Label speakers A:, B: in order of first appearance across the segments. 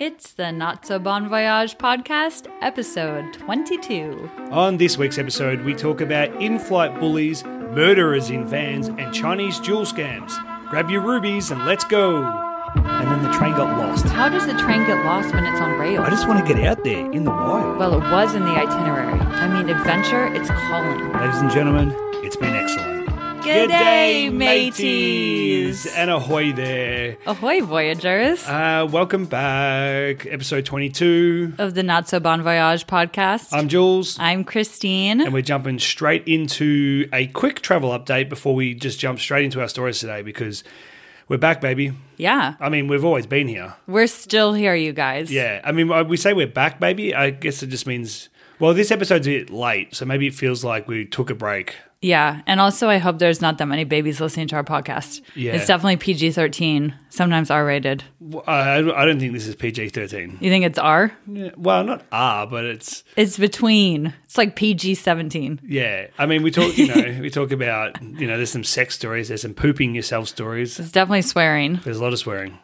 A: It's the Not So Bon Voyage podcast, episode 22.
B: On this week's episode, we talk about in flight bullies, murderers in vans, and Chinese jewel scams. Grab your rubies and let's go. And then the train got lost.
A: How does the train get lost when it's on rails?
B: I just want to get out there in the wild.
A: well, it was in the itinerary. I mean, adventure, it's calling.
B: Ladies and gentlemen, it's been excellent.
A: Good day,
B: G'day, And uh, ahoy there.
A: Ahoy, voyagers
B: Uh, welcome back. Episode 22.
A: of the Not So Bon Voyage podcast.
B: I'm Jules.
A: I'm Christine.
B: And we're jumping straight into a quick travel update before we just jump straight into our stories today because we're back, baby.
A: yeah,
B: I mean, we've always been here.
A: we're still here, you guys.
B: Yeah, I mean, I- we say we're back, maybe. I guess it just means. Well, this episode's a bit late, so maybe it feels like we took a break.
A: Yeah. And also, I hope there's not that many babies listening to our podcast.
B: Yeah.
A: It's definitely PG 13, sometimes R rated.
B: Well, I, I don't think this is PG thirteen.
A: You think it's R?
B: Well, not R, but it's
A: It's between. It's like PG 17.
B: yeah. I mean, we talk, you know, we talk about you know, there's some sex stories, there's some pooping yourself stories,
A: It's definitely swearing.
B: there's a lot of swearing.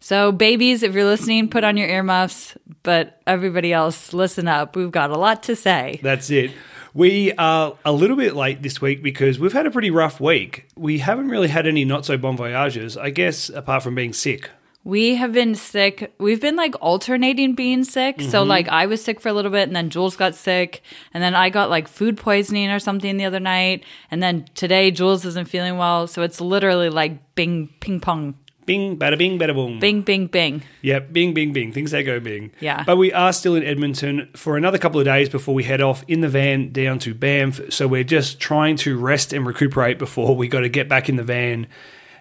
A: So, babies, if you're listening, put on your earmuffs. But everybody else, listen up. We've got a lot to say.
B: That's it. We are a little bit late this week because we've had a pretty rough week. We haven't really had any not so bon voyages, I guess, apart from being sick.
A: We have been sick. We've been like alternating being sick. So, like, I was sick for a little bit, and then Jules got sick. And then I got like food poisoning or something the other night. And then today, Jules isn't feeling well. So, it's literally like bing, ping pong,
B: Bing, bada bing, bada boom.
A: bing, bing, bing.
B: Yeah, bing, bing, bing. Things that go bing.
A: Yeah.
B: But we are still in Edmonton for another couple of days before we head off in the van down to Banff. So we're just trying to rest and recuperate before we got to get back in the van.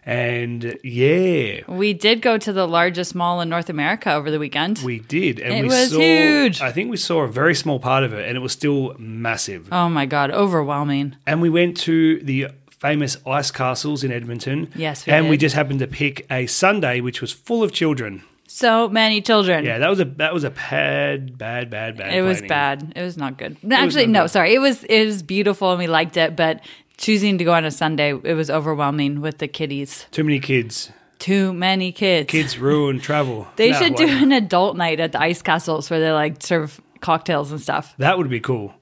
B: And yeah,
A: We did go to the largest mall in North America over the weekend.
B: we did. And
A: It
B: we
A: was
B: saw,
A: huge.
B: I think we saw a very small part of it and it was still massive.
A: oh my God, overwhelming.
B: And we went to the famous ice castles in Edmonton.
A: Yes, we
B: and we
A: did.
B: just happened to pick a Sunday which was full of children.
A: So many children.
B: Yeah, that was a that was a bad, bad, bad, bad.
A: It was
B: planning.
A: bad. It was not good. Actually, no, sorry. It was it was beautiful and we liked it, but choosing to go on a Sunday, it was overwhelming with the kiddies.
B: Too many kids.
A: Too many kids.
B: Kids ruin travel.
A: They
B: No,
A: should
B: it
A: do
B: wasn't.
A: an adult night at the ice castles where they like serve cocktails and stuff.
B: That would be cool.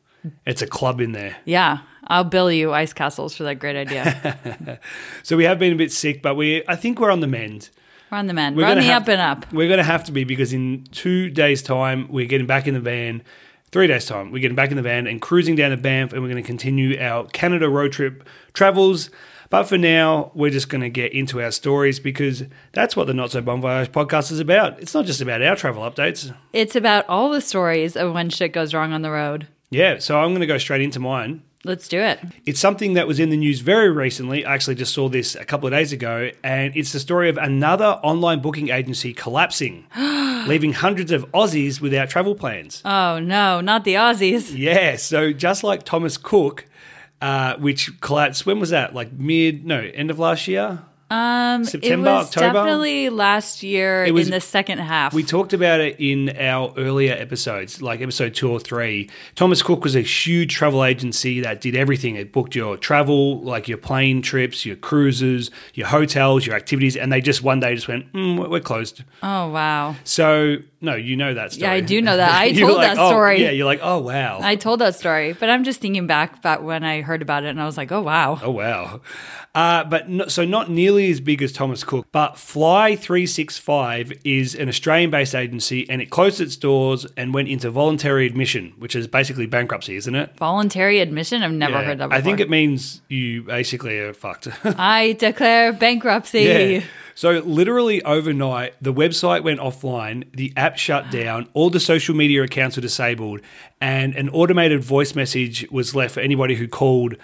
B: It's a club in there.
A: Yeah. I'll bill you ice castles for that great idea.
B: So we have been a bit sick, but we I think we're on the mend.
A: We're on the men.
B: We're
A: We're, on the
B: gonna have-
A: up and up.
B: We're going to have to be because in two days' time we're getting back in the van. Three days' time we're getting back in the van and cruising down to Banff, and we're going to continue our Canada road trip travels. But for now, we're just going to get into our stories because that's what the Not So Bon Voyage podcast is about. It's not just about our travel updates.
A: It's about all the stories of when shit goes wrong on the road.
B: Yeah, so I'm going to go straight into mine.
A: Let's do it.
B: It's something that was in the news very recently. I actually just saw this a couple of days ago, and it's the story of another online booking agency collapsing, leaving hundreds of Aussies without travel plans.
A: Oh no, not the Aussies.
B: yeah, so just like Thomas Cook, uh, which collapsed, when was that? Like mid, no, end of last year?
A: Um,
B: September,
A: it was
B: October?
A: definitely last year
B: was-
A: in the second half.
B: We talked about it in our earlier episodes, like episode two or three. Thomas Cook was a huge travel agency that did everything. It booked your travel, like your plane trips, your cruises, your hotels, your activities, and they just one day just went, mm, we're- we're closed.
A: oh wow.
B: So, no, you know that story.
A: Yeah, I do know that. I
B: You were
A: told
B: like,
A: that
B: "Oh,"
A: story.
B: yeah, you're like, oh, wow.
A: I told that story, but I'm just thinking back about when I heard about it and I was like, oh, wow.
B: Oh wow! Uh, but no, so not nearly as big as Thomas Cook, but Fly Three Six Five is an Australian-based agency, and it closed its doors and went into voluntary admission, which is basically bankruptcy, isn't it?
A: Voluntary admission? I've never
B: Yeah.
A: heard that before.
B: I think it means you basically are fucked.
A: I declare bankruptcy.
B: yeah. So literally overnight, the website went offline, the app shut down, all the social media accounts were disabled, and an automated voice message was left for anybody who called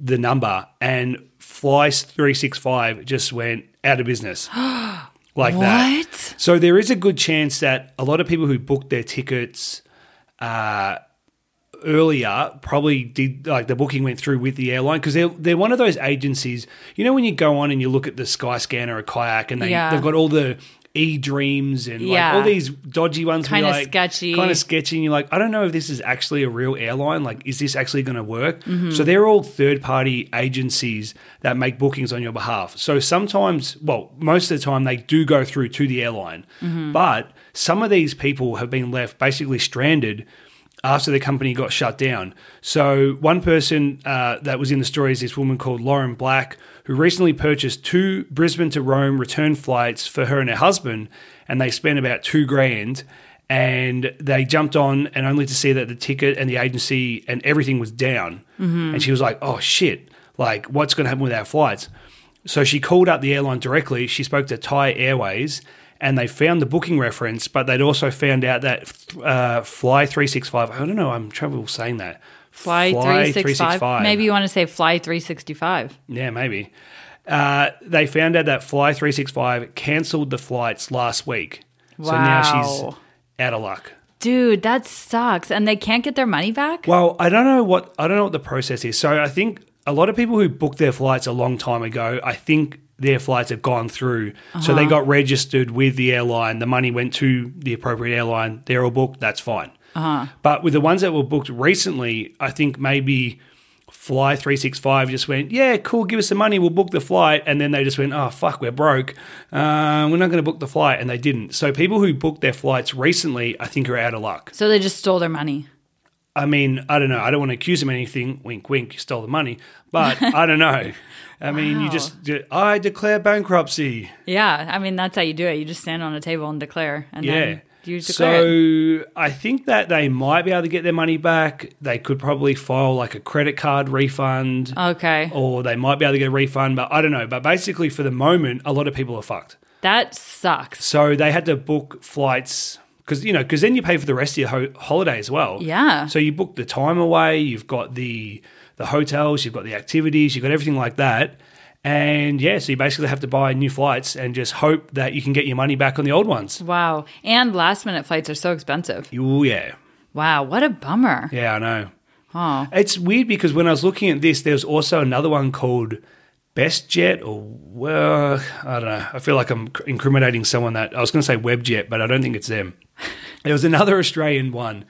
B: the number. And Flies three six five just went out of business. like that.
A: What?
B: So there is a good chance that a lot of people who booked their tickets uh, earlier probably did like the booking went through with the airline because they're they're one of those agencies. You know when you go on and you look at the Skyscanner or kayak and they
A: Yeah.
B: they've got all the. E dreams and
A: Yeah.
B: like all these dodgy ones,
A: Kinda sketchy.
B: kind of sketchy. And you're like, I don't know if this is actually a real airline. Like, is this actually going to work?
A: Mm-hmm.
B: So they're all third party agencies that make bookings on your
A: Mm-hmm.
B: behalf. So sometimes, well, most of the time, they do go through to the airline, but Some of these people have been left basically stranded after the company got shut down. So, one person uh, that was in the story is this woman called Lauren Black, who recently purchased two Brisbane to Rome return flights for her and her husband, and they spent about two grand. And they jumped on, and only to see that the ticket and the agency and everything was down. And she was like, oh shit, like what's going to happen with our flights? So she called up the airline directly. She spoke to Thai Airways, and they found the booking reference, but they'd also found out that uh, Fly three six five. I don't know. I'm trouble saying that.
A: Fly, 365. Maybe you want to say Fly 365.
B: Yeah, maybe. Uh, they found out that Fly three six five cancelled the flights last week. So now she's
A: Wow.
B: out of luck.
A: Dude, that sucks. And they can't get their money back?
B: Well, I don't know what I don't know what the process is. So I think a lot of people who booked their flights a long time ago, I think their flights have gone through. So they got registered with the airline. The money went to the appropriate airline. They're all booked. That's fine. But with the ones that were booked recently, I think maybe Fly three six five just went, yeah, cool. Give us the money. We'll book the flight. And then they just went, oh fuck, we're broke. Uh, we're not going to book the flight. And they didn't. So people who booked their flights recently, I think, are out of luck.
A: So they just stole their money.
B: I mean, I don't know. I don't want to accuse him of anything. Wink, wink. You stole the money, but I don't know. I mean, you
A: Wow.
B: just I declare bankruptcy.
A: Yeah. I mean, that's how you do it. You just stand on a table and declare. And
B: Yeah.
A: then you declare it.
B: So I think that they might be able to get their money back. They could probably file like a credit card refund,
A: Uh. Okay.
B: or they might be able to get a refund. But I don't know. But basically, for the moment, a lot of people are fucked.
A: That sucks.
B: So they had to book flights because you know because then you pay for the rest of your ho- holiday as well.
A: Yeah.
B: So you book the time away. You've got the the hotels. You've got the activities. You've got everything like that. And yeah, so you basically have to buy new flights and just hope that you can get your money back on the old ones.
A: Wow. And last minute flights are so expensive.
B: Oh yeah,
A: Wow. What a bummer.
B: yeah, I know.
A: Oh.
B: It's weird because when I was looking at this, there was also another one called Best Jet or well, I don't know. I feel like I'm incriminating someone that I was going to say Webjet, but I don't think it's them. there was another Australian one.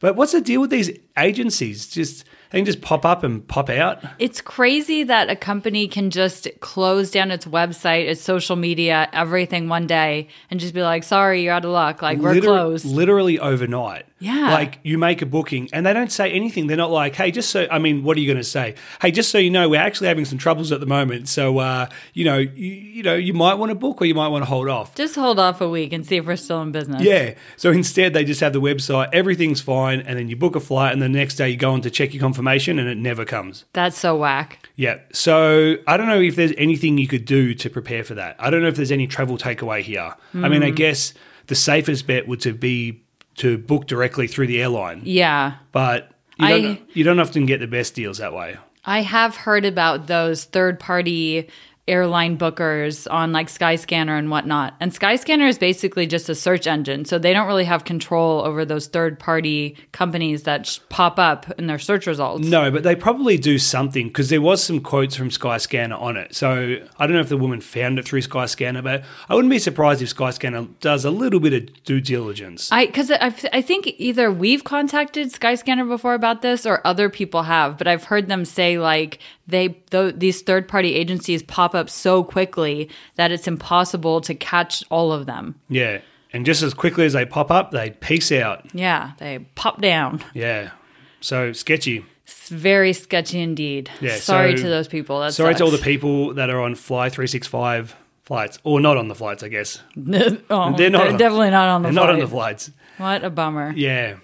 B: But what's the deal with these agencies? Just they can just pop up and pop out.
A: It's crazy that a company can just close down its website, its social media, everything one day and just be like, sorry, you're out of luck. Like, we're
B: Liter-
A: closed.
B: Literally overnight.
A: Yeah.
B: Like you make a booking and they don't say anything. They're not like, hey, just so, I mean, what are you going to say? Hey, just so you know, we're actually having some troubles at the moment. So, uh, you know, you, you know, you might want to book or you might want to hold off.
A: just hold off a week and see if we're still in business.
B: Yeah. So instead, they just have the website, everything's fine. And then you book a flight and the next day you go on to check your confirmation and it never comes.
A: That's so whack.
B: Yeah. So I don't know if there's anything you could do to prepare for that. I don't know if there's any travel takeaway here. I mean, I guess the safest bet would to be to book directly through the airline,
A: Yeah.
B: but you don't,
A: I-
B: you don't often get the best deals that way.
A: I have heard about those third party airline bookers on like Skyscanner and whatnot. And Skyscanner is basically just a search engine. So they don't really have control over those third party companies that sh- pop up in their search results.
B: No, but they probably do something because there was some quotes from Skyscanner on it. So I don't know if the woman found it through Skyscanner, but I wouldn't be surprised if Skyscanner does a little bit of due diligence.
A: I because I, I think either we've contacted Skyscanner before about this or other people have, but I've heard them say like they th- these third party agencies pop up so quickly that it's impossible to catch all of them.
B: yeah. And just as quickly as they pop up, they peace out.
A: Yeah, they pop down.
B: Yeah. So sketchy.
A: It's very sketchy indeed.
B: Yeah,
A: sorry
B: so-
A: to those people. That
B: Sorry to all the
A: sucks.
B: people that are on Fly 365 flights, or not on the flights, I guess.
A: oh,
B: They're
A: they're
B: not on-
A: definitely not on the
B: They're not on the
A: flight.
B: flights.
A: What a bummer.
B: Yeah.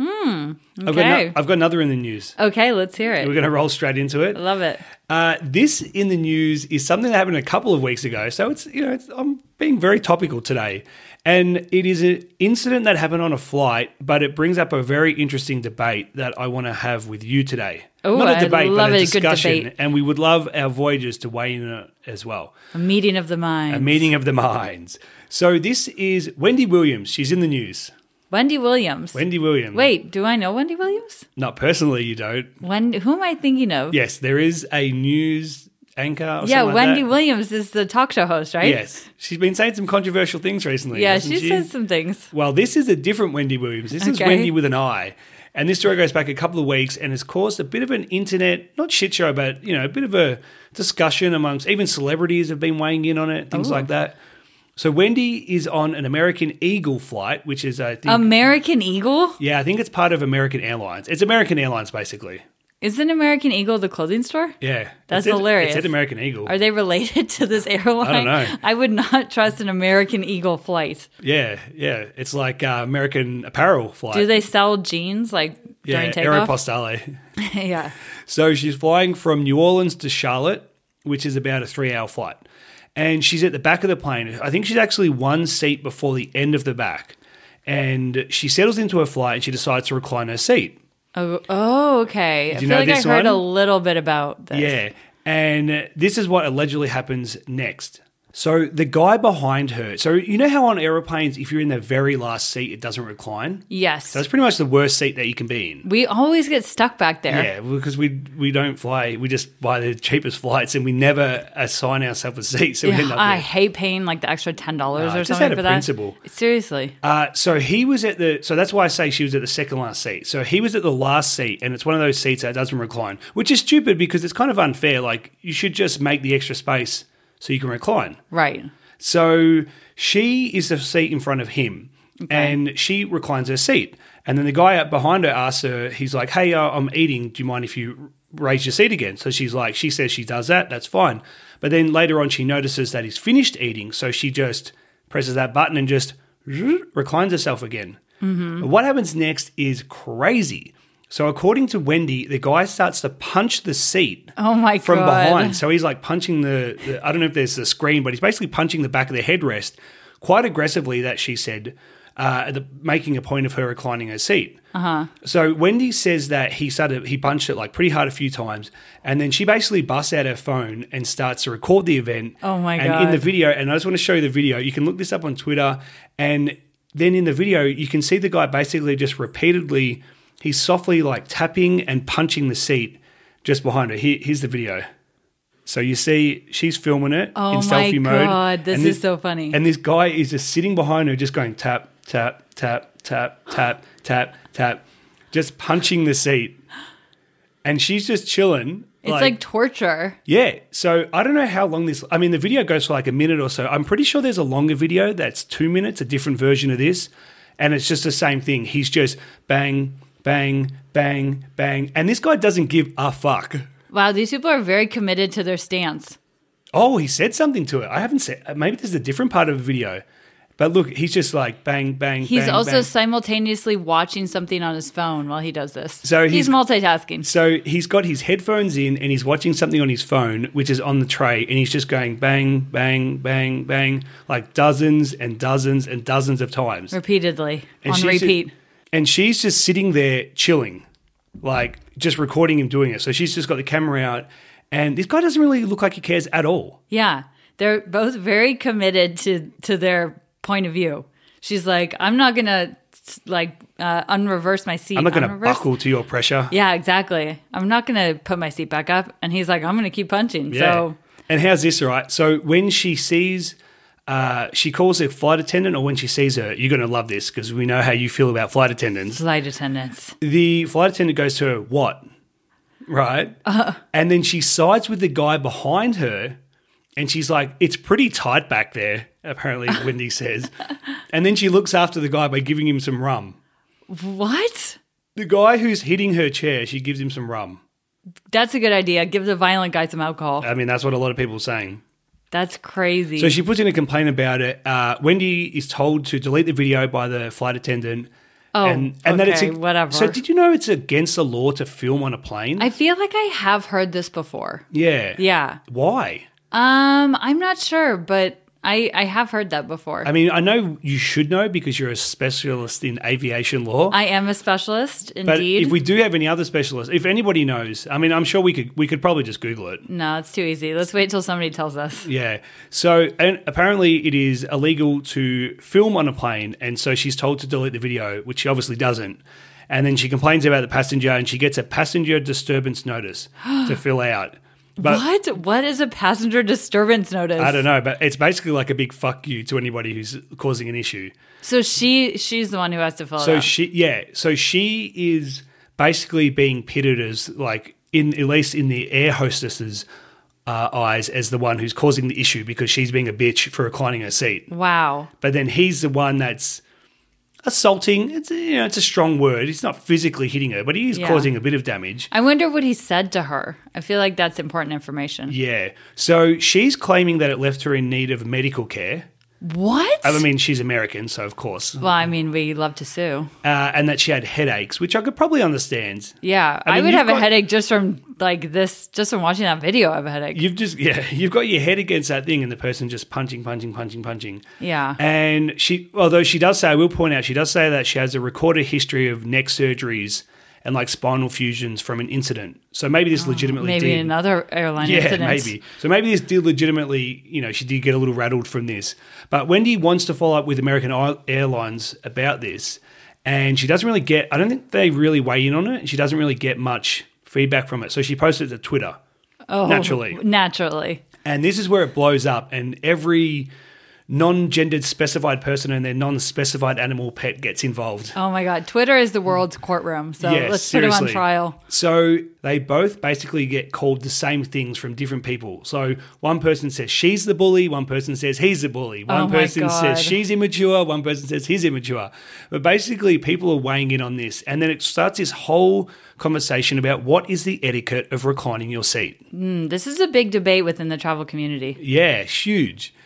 B: Hmm. I've, got
A: okay.
B: no- I've got another in the news.
A: Okay, let's hear
B: We're
A: it.
B: going to roll straight into it.
A: Love it.
B: Uh, this in the news is something that happened a couple of weeks ago. So it's, you know, it's, I'm being very topical today. And it is an incident that happened on a flight, but it brings up a very interesting debate that I want to have with you today.
A: Ooh,
B: Not a
A: I
B: debate,
A: love
B: but
A: a
B: a
A: good
B: discussion.
A: debate.
B: And we would love our voyagers to weigh in on it as well.
A: A meeting of the
B: A
A: mind.
B: meeting of the minds. So this is Wendy Williams. She's in the news.
A: Wendy Williams.
B: Wendy Williams.
A: Wait, do I know Wendy Williams?
B: Not personally, you don't.
A: When who am I thinking of?
B: Yes, there is a news anchor. Or
A: Yeah,
B: something like
A: Wendy
B: that.
A: Williams is the talk show host, right?
B: Yes, she's been saying some controversial things recently.
A: Yeah,
B: hasn't
A: she, says some things.
B: Well, this is a different Wendy Williams. This is
A: Okay.
B: Wendy with an I. And this story goes back a couple of weeks and has caused a bit of an internet, not shit show, but, you know, a bit of a discussion amongst even celebrities have been weighing in on it, things like that. So Wendy is on an American Eagle flight, which is I
A: Um,
B: think
A: American Eagle?
B: yeah, I think it's part of American Airlines. It's American Airlines basically.
A: Isn't American Eagle the clothing store?
B: Yeah,
A: That's
B: It said-
A: hilarious.
B: It said American Eagle.
A: Are they related to this airline?
B: know.
A: I would not trust an American Eagle flight.
B: yeah, yeah. It's like uh, American Apparel flight.
A: Do they sell jeans like
B: yeah,
A: during takeoff?
B: Aeropostale.
A: yeah.
B: So she's flying from New Orleans to Charlotte, which is about a three hour flight. And she's at the back of the plane. I think she's actually one seat before the end of the back. And she settles into her flight and she decides to recline her seat.
A: Oh, oh okay. I
B: you
A: feel
B: know
A: like I
B: this
A: heard a
B: one?
A: little bit about this.
B: Yeah. And uh, this is what allegedly happens next. So the guy behind her. So you know how on aeroplanes, if you're in the very last seat, it doesn't recline?
A: Yes.
B: That's pretty much the worst seat that you can be in.
A: we always get stuck back there.
B: Yeah, because we we don't fly. We just buy the cheapest flights, and we never assign ourselves a seat. So we end up
A: I
B: there.
A: hate paying like the extra ten dollars
B: Nah,
A: or
B: just
A: something
B: out of
A: for that.
B: principle.
A: Seriously,
B: Uh, so he was at the. So that's why I say she was at the second last seat. So he was at the last seat, and it's one of those seats that doesn't recline, which is stupid because it's kind of unfair. Like you should just make the extra space so you can recline.
A: right?
B: So she is the seat in front of him, and she reclines her seat. And then the guy up behind her asks her, he's like, "Hey, uh, I'm eating. Do you mind if you raise your seat again?" So she's like, she says she does that. That's fine. But then later on, she notices that he's finished eating, so she just presses that button and just reclines herself again.
A: Mm-hmm.
B: But What happens next is crazy. So according to Wendy, the guy starts to punch the seat
A: Oh my
B: from
A: god!
B: behind. So he's like punching the, the I don't know if there's the screen, but he's basically punching the back of the headrest quite aggressively. That she said, uh, at the, making a point of her reclining her seat. Uh-huh. So Wendy says that he started he punched it like pretty hard a few times, and then she basically busts out her phone and starts to record the event.
A: Oh my
B: and
A: God.
B: in the video, and I just want to show you the video. You can look this up on Twitter, and then in the video, you can see the guy basically just repeatedly. He's softly like tapping and punching the seat just behind her. Here, here's the video. So you see, she's filming it
A: Oh
B: in selfie
A: my
B: mode.
A: God, this
B: and
A: is so funny.
B: And this guy is just sitting behind her, just going tap, tap, tap, tap, tap, tap, tap, just punching the seat. And she's just chilling.
A: It's like, torture.
B: yeah. So I don't know how long this. I mean, the video goes for like a minute or so. I'm pretty sure there's a longer video that's two minutes, a different version of this, and it's just the same thing. He's just bang, bang, bang, bang, and this guy doesn't give a fuck.
A: Wow, these people are very committed to their stance.
B: Oh, he said something to it. I haven't said. Maybe this is a different part of the video. But look, he's just like bang, bang.
A: He's
B: bang,
A: also
B: bang.
A: simultaneously watching something on his phone while he does this.
B: So he's-
A: he's multitasking.
B: So he's got his headphones in and he's watching something on his phone, which is on the tray, and he's just going bang, bang, bang, bang, like dozens and dozens and dozens of times
A: repeatedly
B: And
A: on
B: she's just-
A: repeat.
B: and she's just sitting there chilling, like just recording him doing it. So she's just got the camera out, and this guy doesn't really look like he cares at all.
A: yeah, they're both very committed to to their point of view. She's like, I'm not gonna like uh, unreverse my seat.
B: I'm not going to
A: Unreverse-
B: buckle to your pressure.
A: Yeah, exactly. I'm not gonna put my seat back up. And he's like, I'm gonna keep punching. So
B: And how's this, all right? So when she sees, uh, she calls her flight attendant, or when she sees her, you're going to love this because we know how you feel about flight attendants.
A: flight attendants.
B: The flight attendant goes to her, what? Right? And then she sides with the guy behind her and she's like, it's pretty tight back there, apparently, Wendy says. And then she looks after the guy by giving him some rum.
A: What?
B: The guy who's hitting her chair, she gives him some rum.
A: That's a good idea. Give the violent guy some alcohol.
B: I mean, that's what a lot of people are saying.
A: That's crazy.
B: So she puts in a complaint about it. Uh, Wendy is told to delete the video by the flight attendant.
A: Oh,
B: it's
A: okay, whatever.
B: So did you know it's against the law to film on a plane?
A: I feel like I have heard this before.
B: yeah.
A: Yeah.
B: Why?
A: Um, I'm not sure, but I I have heard that before.
B: I mean, I know you should know because you're a specialist in aviation law.
A: I am a specialist,
B: but
A: indeed.
B: if we do have any other specialists, if anybody knows, I mean, I'm sure we could we could probably just Google it.
A: no, it's too easy. Let's wait till somebody tells us.
B: Yeah. So, and apparently it is illegal to film on a plane. And so she's told to delete the video, which she obviously doesn't. And then she complains about the passenger and she gets a passenger disturbance notice to fill out. But
A: What? What is a passenger disturbance notice?
B: I don't know. But it's basically like a big fuck you to anybody who's causing an issue.
A: So she she's the one who has to fill it
B: So
A: out.
B: she, yeah. So she is basically being pitted as like, in at least in the air hostesses uh, eyes as the one who's causing the issue because she's being a bitch for reclining her seat.
A: Wow.
B: But then he's the one that's assaulting. It's you know, it's a strong word. He's not physically hitting her, but he is
A: Yeah.
B: causing a bit of damage.
A: I wonder what he said to her. I feel like that's important information.
B: Yeah. So she's claiming that it left her in need of medical care.
A: What?
B: I mean, she's American, so of course, uh,
A: well, I mean, we love to sue.
B: and that she had headaches, which I could probably understand.
A: Yeah, I,
B: mean,
A: would
B: you've
A: have a
B: got-
A: headache just from like this, just from watching that video. I have a headache.
B: You've just yeah, you've got your head against that thing, and the person just punching, punching, punching, punching.
A: Yeah.
B: And she, although she does say, I will point out, she does say that she has a recorded history of neck surgeries and like spinal fusions from an incident. So maybe this legitimately
A: Oh, Maybe
B: did.
A: another airline
B: yeah,
A: incident.
B: maybe. So maybe this did legitimately, you know, she did get a little rattled from this. But Wendy wants to follow up with American Air- Airlines about this, and she doesn't really get. I don't think they really weigh in on it. She doesn't really get much feedback from it. So she posted it to Twitter.
A: Oh,
B: Naturally.
A: Naturally.
B: And this is where it blows up, and every non gendered specified person and their non specified animal pet gets involved.
A: Oh my God. Twitter is the world's courtroom. So
B: Yes,
A: let's put him on trial.
B: So they both basically get called the same things from different people. So one person says she's the bully, one person says he's the bully,
A: Oh
B: one
A: my
B: person
A: God.
B: says she's immature, one person says he's immature. But basically, people are weighing in on this, and then it starts this whole conversation about what is the etiquette of reclining your seat.
A: Mm, This is a big debate within the travel community.
B: Yeah, huge.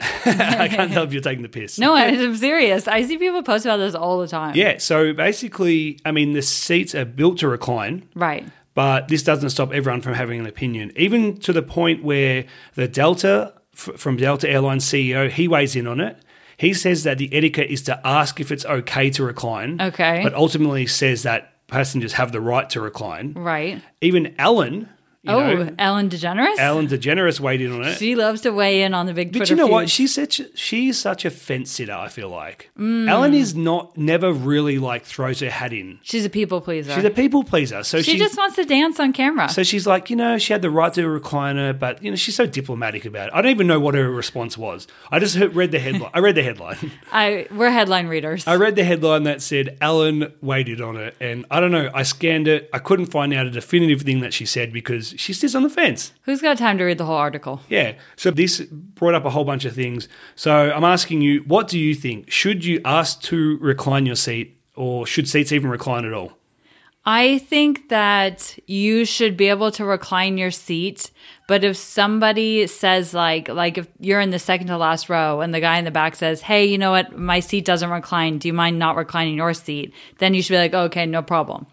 B: I can't help you're taking the piss.
A: No, I'm serious. I see people post about this all the time.
B: Yeah, so basically, I mean, the seats are built to recline,
A: Right.
B: but this doesn't stop everyone from having an opinion, even to the point where the Delta f- from Delta Airlines CEO he weighs in on it. He says that the etiquette is to ask if it's okay to recline,
A: Okay.
B: but ultimately says that passengers have the right to recline.
A: Right.
B: Even Ellen, you
A: oh,
B: know,
A: Ellen DeGeneres?
B: Ellen DeGeneres weiged in on it.
A: she loves to weigh in on the big
B: But
A: Twitter
B: you know what?
A: feuds.
B: She's such she's such a fence sitter. I feel like
A: Mm.
B: Ellen is not never really like throws her hat in.
A: She's a people pleaser.
B: She's a people pleaser, so
A: she,
B: she,
A: just wants to dance on camera.
B: so she's like you know she had the right to a recliner, but you know she's so diplomatic about it. I don't even know what her response was. I just heard, read the headline. I read the headline.
A: I we're headline readers.
B: I read the headline that said Ellen waited on it, and I don't know. I scanned it. I couldn't find out a definitive thing that she said because she sits on the fence.
A: Who's got time to read the whole article?
B: Yeah. So this brought up a whole bunch of things. So I'm asking you, what do you think? Should you ask to recline your seat or should seats even recline at all?
A: I think that you should be able to recline your seat, but if somebody says like like if you're in the second to last row and the guy in the back says, "Hey, you know what? My seat doesn't recline. Do you mind not reclining your seat?" Then you should be like, "Okay, no problem."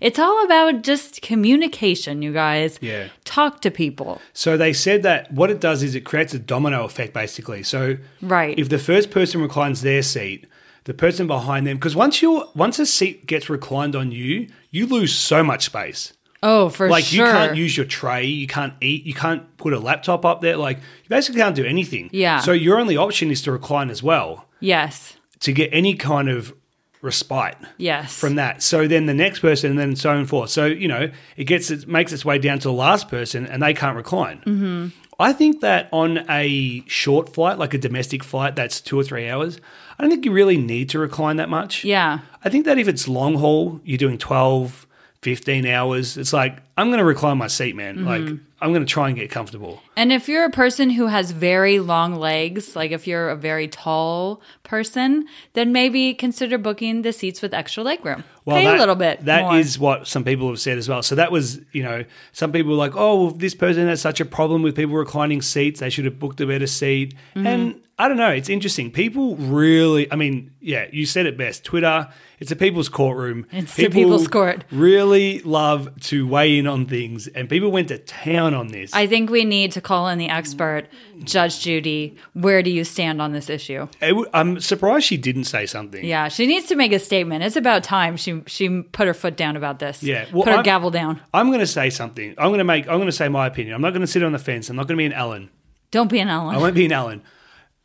A: It's all about just communication, you guys.
B: Yeah.
A: Talk to people.
B: So they said that what it does is it creates a domino effect basically. So
A: Right.
B: if the first person reclines their seat, the person behind them because once you once a seat gets reclined on you, you lose so much space.
A: oh, for
B: Like
A: sure.
B: you can't use your tray, you can't eat, you can't put a laptop up there. Like you basically can't do anything.
A: Yeah.
B: So your only option is to recline as well.
A: yes.
B: to get any kind of respite
A: Yes.
B: from that. So then the next person, and then so on and forth. So you know, it gets it makes its way down to the last person, and they can't recline. Mm-hmm. I think that on a short flight, like a domestic flight, that's two or three hours. I don't think you really need to recline that much.
A: yeah.
B: I think that if it's long haul, you're doing 12, 15 hours. It's like I'm going to recline my seat, man. Like I'm going to try and get comfortable.
A: And if you're a person who has very long legs, like if you're a very tall person, then maybe consider booking the seats with extra leg room. Pay
B: that,
A: a little bit.
B: That is
A: more.
B: what some people have said as well. So that was, you know, some people were like, oh, well, this person has such a problem with people reclining seats. They should have booked a better seat.
A: Mm-hmm.
B: And I don't know. It's interesting. People really, I mean, yeah, you said it best. Twitter, it's a people's courtroom.
A: It's the people's court.
B: Really love to weigh in on things. And people went to town on this.
A: I think we need to call in the expert, Judge Judy. Where do you stand on this issue?
B: It w- I'm surprised she didn't say something.
A: Yeah, she needs to make a statement. It's about time she she put her foot down about this.
B: Yeah, well,
A: put her
B: I'm-
A: gavel down.
B: I'm going to say something. I'm going to make, I'm going to say my opinion. I'm not going to sit on the fence. I'm not going to be an Ellen.
A: Don't be an
B: I
A: Ellen.
B: won't be an Allen.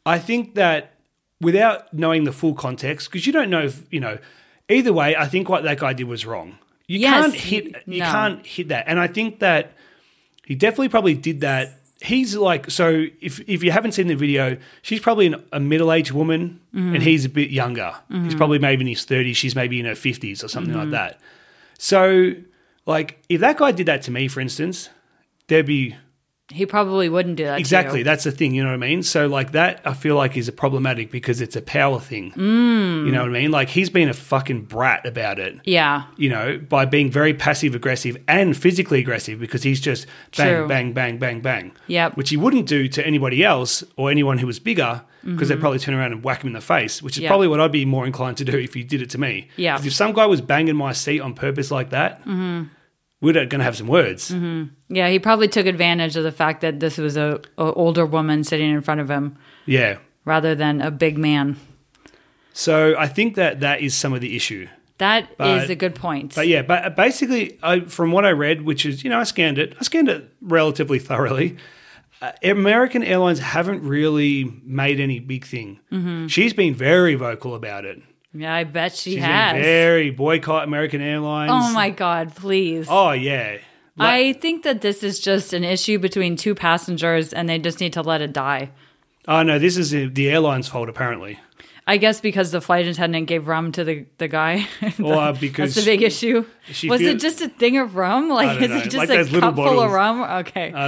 B: I think that without knowing the full context, because you don't know, if, you know, either way, I think what that guy did was wrong. You
A: Yes,
B: can't hit, you
A: no.
B: can't hit that, and I think that he definitely probably did that. He's like, so if if you haven't seen the video, she's probably an, a middle aged woman,
A: Mm-hmm.
B: and he's a bit younger. He's probably maybe in his thirties. She's maybe in her fifties or something like
A: Mm-hmm.
B: that. So, like, if that guy did that to me, for instance, there'd be
A: He probably wouldn't do that. to you.
B: Exactly, that's the thing. You know what I mean? So like that, I feel like is a problematic because it's a power thing.
A: Mm.
B: You know what I mean? Like he's been a fucking brat about it.
A: Yeah.
B: You know, by being very passive aggressive and physically aggressive because he's just bang,
A: True.
B: bang, bang, bang, bang.
A: Yep.
B: Which he wouldn't do to anybody else or anyone who was bigger because
A: Mm-hmm.
B: they'd probably turn around and whack him in the face, which is
A: Yeah.
B: probably what I'd be more inclined to do if you did it to me.
A: Yeah.
B: 'Cause if some guy was banging my seat on purpose like that,
A: Mm-hmm.
B: we're going to have some words.
A: Yeah, he probably took advantage of the fact that this was a, a older woman sitting in front of him
B: Yeah.
A: rather than a big man.
B: So I think that that is some of the issue.
A: That is
B: But-
A: a good point.
B: But yeah, but basically, I, from what I read, which is you know, I scanned it. I scanned it relatively thoroughly. Uh, American Airlines haven't really made any big thing. She's been very vocal about it.
A: yeah, I bet Mm-hmm. she
B: She's
A: has.
B: been very boycott American Airlines.
A: oh my god, please.
B: Oh yeah. Like,
A: I think that this is just an issue between two passengers and they just need to let it die.
B: oh no, this is the- the airline's fault apparently.
A: I guess because the flight attendant gave rum to the, the guy.
B: Or
A: That's
B: uh, because
A: the big issue.
B: she
A: Was
B: feel-
A: it just a thing of rum? Like,
B: don't
A: is
B: know,
A: it just
B: like
A: a
B: those little
A: cup full of
B: bottles. Uh,
A: rum? Okay.
B: I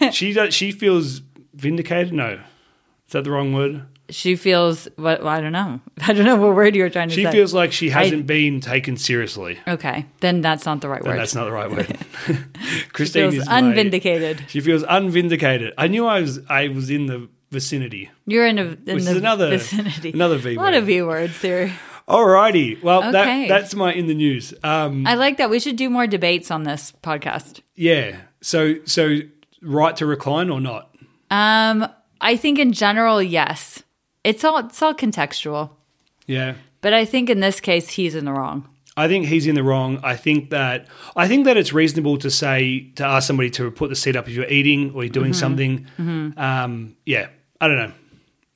B: know. she does, she feels vindicated. No, is that the wrong word?
A: she feels, what? I don't know. I don't know what word you were trying to
B: She
A: say.
B: feels like she hasn't been taken seriously.
A: Okay, then that's not the right
B: And
A: word.
B: that's not the right word.
A: She
B: Christine
A: feels
B: is my-
A: unvindicated.
B: She feels unvindicated. I knew I was I was in the vicinity.
A: You're in a in
B: Which
A: the
B: is another-
A: vicinity.
B: another V
A: A lot of
B: word.
A: V words here.
B: Alrighty. Well, that
A: Okay.
B: that's my in the news. Um,
A: I like that. We should do more debates on this podcast.
B: yeah. So so right to recline or not?
A: Um, I think in general, yes, it's all it's all contextual.
B: Yeah.
A: But I think in this case, he's in the wrong.
B: I think he's in the wrong. I think that I think that it's reasonable to say to ask somebody to put the seat up if you're eating or you're
A: Mm-hmm.
B: doing something. Um, yeah. I don't know.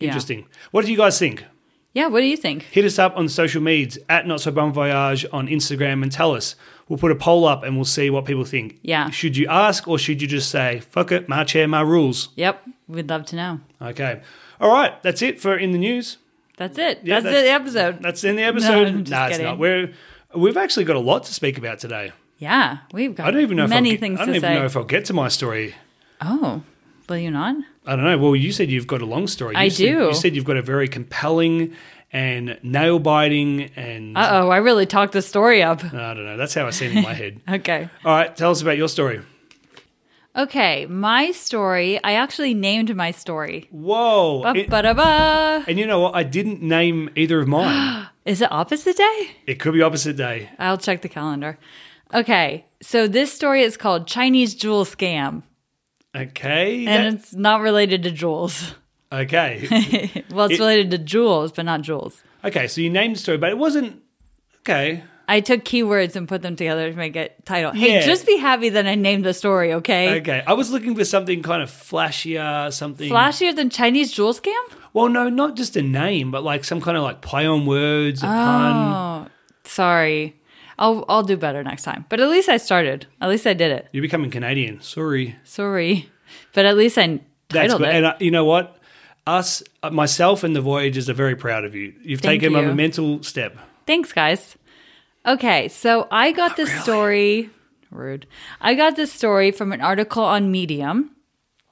A: Yeah.
B: Interesting. What do you guys think?
A: Yeah. What do you think?
B: Hit us up on social medias at Not So Bon Voyage on Instagram and tell us. We'll put a poll up and we'll see what people think.
A: Yeah.
B: Should you ask or should you just say, fuck it, my chair, my rules?
A: Yep. We'd love to know.
B: Okay. All right. That's it for In the News.
A: That's it.
B: Yeah,
A: that's,
B: that's-
A: the episode.
B: That's in the episode.
A: I'm just
B: nah, it's
A: kidding.
B: not. We're, we've actually got a lot to speak about today.
A: yeah, we've got
B: I don't even know
A: many
B: if I'll
A: things
B: get, I don't
A: to
B: even
A: say.
B: know if I'll get to my story.
A: oh, will you not?
B: I don't know. Well, you said you've got a long story. You
A: I
B: said-
A: do.
B: You said you've got a very compelling and nail biting and
A: Uh oh, I really talked the story up.
B: I don't know. That's how I see it in my head.
A: Okay.
B: All right. Tell us about your story.
A: Okay, my story. I actually named my story.
B: Whoa.
A: Ba-
B: It-
A: ba-da-ba.
B: and you know what? I didn't name either of mine.
A: Is it opposite day?
B: it could be opposite day.
A: I'll check the calendar. Okay, so this story is called Chinese Jewel Scam,
B: Okay.
A: and
B: that-
A: it's not related to jewels.
B: okay.
A: Well, it's
B: It-
A: related to jewels, but not jewels.
B: okay. So you named the story, but it wasn't. Okay.
A: I took keywords and put them together to make it title.
B: Yeah.
A: Hey, just be happy that I named the story, okay?
B: Okay. I was looking for something kind of flashier, something.
A: Flashier than Chinese Jewel Scam?
B: Well, no, not just a name, but like some kind of like play on words, a pun.
A: Oh, sorry. I'll I'll do better next time. But at least I started. At least I did it.
B: You're becoming Canadian. Sorry.
A: Sorry, but at least I
B: That's
A: titled
B: good.
A: it.
B: And uh, you know what? Us, uh, myself, and the Voyagers are very proud of you. You've
A: Thank
B: taken
A: you.
B: a mental step.
A: Thanks, guys. Okay, so I got this story. Rude. I got this story from an article on Medium.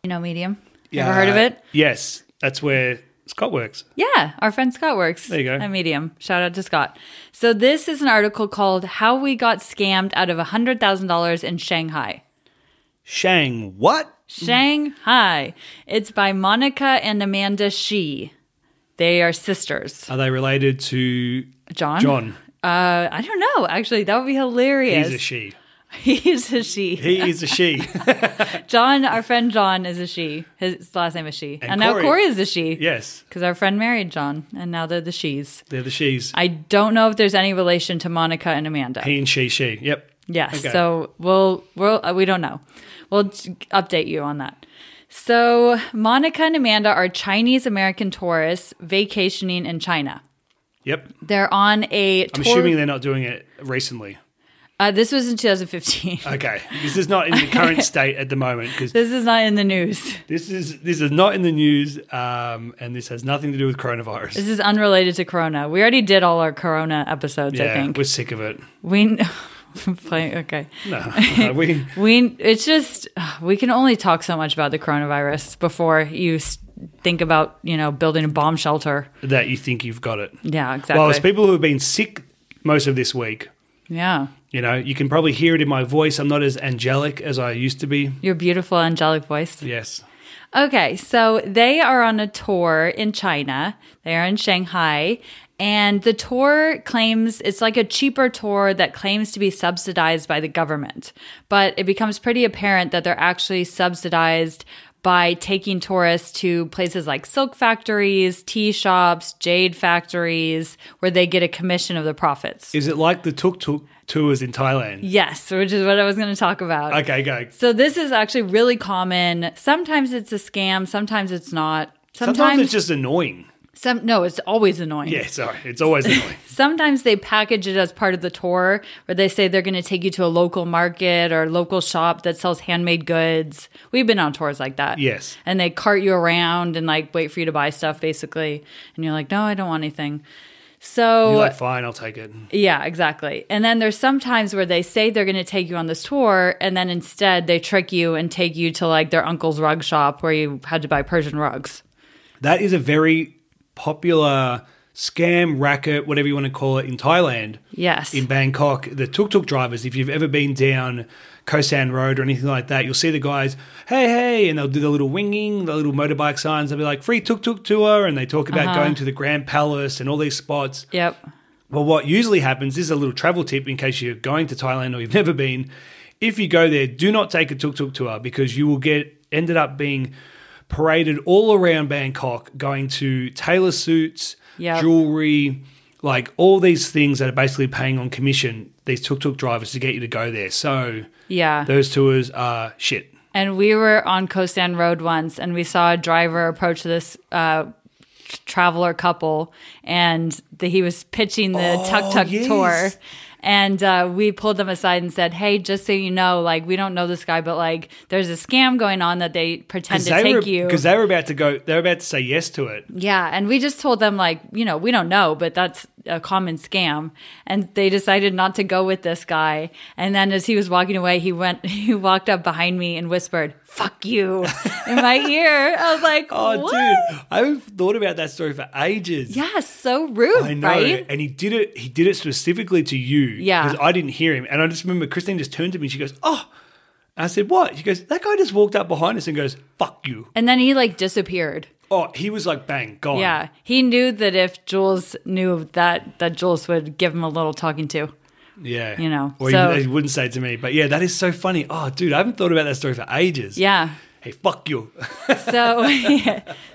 A: You know Medium? Ever heard of
B: Uh,
A: it?
B: Yes. That's where Scott works.
A: Yeah, our friend Scott works.
B: There you go.
A: At Medium. Shout out to Scott. So this is an article called "How We Got Scammed Out of Hundred Thousand Dollars in Shanghai."
B: Shang, what?
A: Shanghai. It's by Monica and Amanda Shi. They are sisters.
B: Are they related to
A: John.
B: John?
A: Uh, I don't know. Actually, that would be hilarious.
B: He's a she.
A: He's a she.
B: He is a she.
A: John, our friend John, is a she. His last name is she. And, now
B: Corey.
A: Corey is a she.
B: yes,
A: Because our friend married John, and now they're the she's.
B: they're the she's.
A: I don't know if there's any relation to Monica and Amanda.
B: he and she, she. Yep.
A: Yes.
B: Okay.
A: So we'll we'll uh, we don't know. We'll t- update you on that. So Monica and Amanda are Chinese American tourists vacationing in China.
B: Yep.
A: They're on a
B: I'm
A: tour.
B: assuming they're not doing it recently.
A: uh, this was in 2015.
B: Okay. This is not in the current state at the moment because
A: This is not in the news.
B: this is this is not in the news, um, and this has nothing to do with coronavirus.
A: This is unrelated to Corona. We already did all our Corona episodes, I
B: yeah,
A: think.
B: we're sick of it.
A: We Play- okay.
B: No, no, we
A: We it's just we can only talk so much about the coronavirus before you s- think about you know building a bomb shelter.
B: that you think you've got it.
A: Yeah, exactly.
B: Well, it's people who have been sick most of this week.
A: yeah,
B: You know, you can probably hear it in my voice. I'm not as angelic as I used to be.
A: your beautiful angelic voice.
B: Yes.
A: Okay, so they are on a tour in China. They are in Shanghai. And the tour claims it's like a cheaper tour that claims to be subsidized by the government. But it becomes pretty apparent that they're actually subsidized by taking tourists to places like silk factories, tea shops, jade factories, where they get a commission of the profits.
B: Is it like the tuk tuk tours in Thailand?
A: Yes, which is what I was going to talk about.
B: Okay, go.
A: So this is actually really common. Sometimes it's a scam, sometimes it's not.
B: Sometimes,
A: Sometimes,
B: it's just annoying.
A: some no, it's always annoying.
B: Yeah, sorry. It's always annoying.
A: Sometimes they package it as part of the tour where they say they're going to take you to a local market or local shop that sells handmade goods. We've been on tours like that.
B: Yes.
A: And they cart you around and like wait for you to buy stuff basically. And you're like, "No, I don't want anything." So
B: You're like, fine, I'll take it.
A: yeah, exactly. And then there's some times where they say they're going to take you on this tour, and then instead they trick you and take you to like their uncle's rug shop where you had to buy Persian rugs.
B: That is a very popular scam, racket, whatever you want to call it, in Thailand.
A: Yes.
B: in Bangkok, the tuk tuk drivers, if you've ever been down Koh San Road or anything like that, you'll see the guys, hey, hey, and they'll do the little winging, the little motorbike signs. They'll be like, free tuk tuk tour. And they talk about going to the Grand Palace and all these spots.
A: yep.
B: Well, what usually happens this is a little travel tip in case you're going to Thailand or you've never been. If you go there, do not take a tuk tuk tour because you will get ended up being paraded all around Bangkok, going to tailor suits,
A: Yep.
B: jewelry, like all these things that are basically paying on commission. These tuk tuk drivers to get you to go there. So
A: Yeah.
B: those tours are shit.
A: And we were on Koh San Road once, and we saw a driver approach this uh, t- traveler couple, and the, he was pitching the tuk tuk
B: Oh, yes.
A: tour. And uh, we pulled them aside and said, "Hey, just so you know, like we don't know this guy, but like there's a scam going on that they pretend to
B: they
A: take
B: were,
A: you
B: 'cause they were about to go. They were about to say yes to it.
A: Yeah, and we just told them like, you know, we don't know, but that's a common scam. And they decided not to go with this guy. And then as he was walking away, he went he walked up behind me and whispered, "Fuck you." in my ear. I was like,
B: Oh,
A: "What?"
B: dude, I haven't thought about that story for ages.
A: Yeah, so rude,
B: I know,
A: right?
B: and he did it. He did it specifically to you.
A: Yeah.
B: because I didn't hear him, and I just remember Christine just turned to me. and She goes, "Oh," And I said, "What?" She goes, "That guy just walked up behind us and goes, fuck you.'
A: And then he like disappeared.
B: Oh, he was like, bang, gone.
A: Yeah, he knew that if Jules knew that that Jules would give him a little talking to.
B: yeah.
A: You know,
B: or
A: so-
B: he, he wouldn't say it to me, but yeah, that is so funny. Oh, dude, I haven't thought about that story for ages.
A: Yeah.
B: Hey, fuck you.
A: So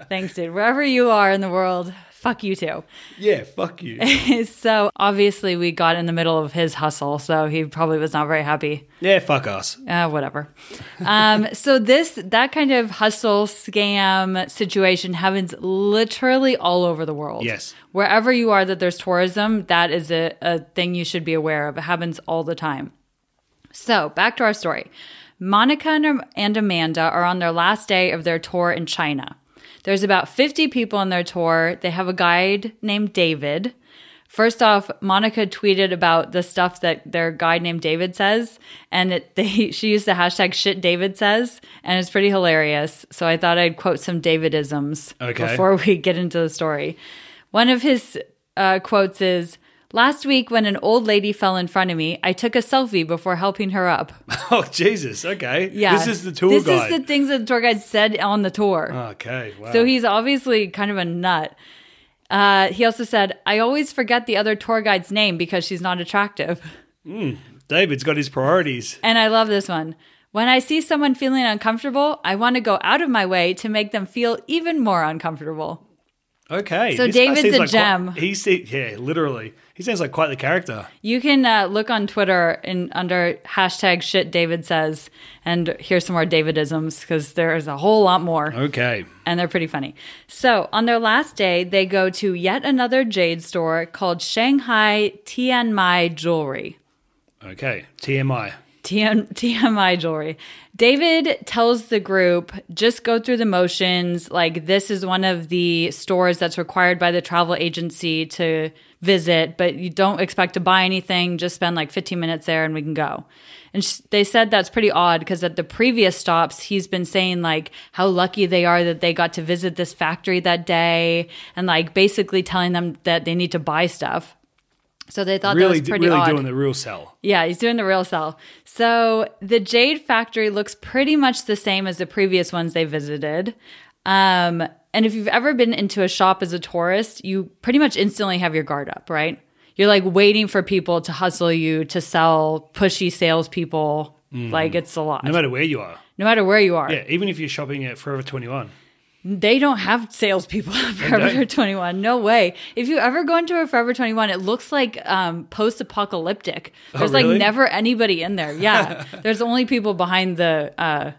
A: thanks dude. Wherever you are in the world, fuck you too.
B: yeah, fuck you.
A: so obviously we got in the middle of his hustle so he probably was not very happy
B: yeah, fuck us.
A: uh, whatever um, so this that kind of hustle scam situation happens literally all over the world
B: Yes.
A: wherever you are that there's tourism that is a, a thing you should be aware of it happens all the time so back to our story monica and, and amanda are on their last day of their tour in china there's about 50 people on their tour they have a guide named david First off, Monica tweeted about the stuff that their guy named David says, and it, they, she used the hashtag shit David says, and it's pretty hilarious. So I thought I'd quote some Davidisms
B: Okay.
A: before we get into the story. One of his uh, quotes is Last week, when an old lady fell in front of me, I took a selfie before helping her up.
B: Oh, Jesus. Okay.
A: Yeah.
B: This is the tour
A: This
B: guide. Uh,
A: is the things that the tour guide said on the tour.
B: okay. Wow.
A: So he's obviously kind of a nut. Uh, he also said, I always forget the other tour guide's name because she's not attractive.
B: David's got his priorities.
A: And I love this one. When I see someone feeling uncomfortable, I want to go out of my way to make them feel even more uncomfortable.
B: Okay.
A: So
B: this guy
A: David's
B: seems
A: a
B: like
A: gem.
B: Quite, he se- yeah, literally. He sounds like quite the character.
A: You can uh, look on Twitter in under hashtag shit David says and hear some more Davidisms because there is a whole lot more.
B: Okay.
A: and they're pretty funny. So on their last day, they go to yet another jade store called Shanghai Tianmai Jewelry.
B: Okay. TMI.
A: TM, TMI jewelry. David tells the group just go through the motions. Like, this is one of the stores that's required by the travel agency to visit, but you don't expect to buy anything. Just spend like 15 minutes there and we can go. And sh- they said that's pretty odd because at the previous stops, he's been saying like how lucky they are that they got to visit this factory that day and like basically telling them that they need to buy stuff. So they thought that
B: really,
A: was
B: d-
A: pretty
B: really
A: odd.
B: doing the real sell.
A: Yeah, he's doing the real sell. So the Jade Factory looks pretty much the same as the previous ones they visited. Um, and if you've ever been into a shop as a tourist, you pretty much instantly have your guard up, right? You're like waiting for people to hustle you to sell pushy salespeople. Like it's a lot.
B: Mm-hmm. No matter where you are.
A: No matter where you are,
B: Yeah, even if you're shopping at Forever 21.
A: they don't have salespeople at Forever 21. No way. If you ever go into a Forever 21, it looks like um, post apocalyptic. There's
B: really?
A: like never anybody in there. Yeah. There's only people behind the uh,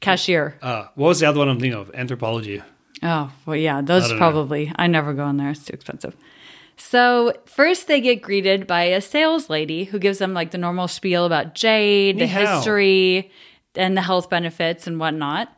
A: cashier.
B: Uh, what was the other one I'm thinking of? Anthropology.
A: Oh, well, yeah, those
B: don't know.
A: probably. I never go in there, it's too expensive. So, first they get greeted by a sales lady who gives them like the normal spiel about Jade, the
B: Ni hao.
A: history, and the health benefits and whatnot.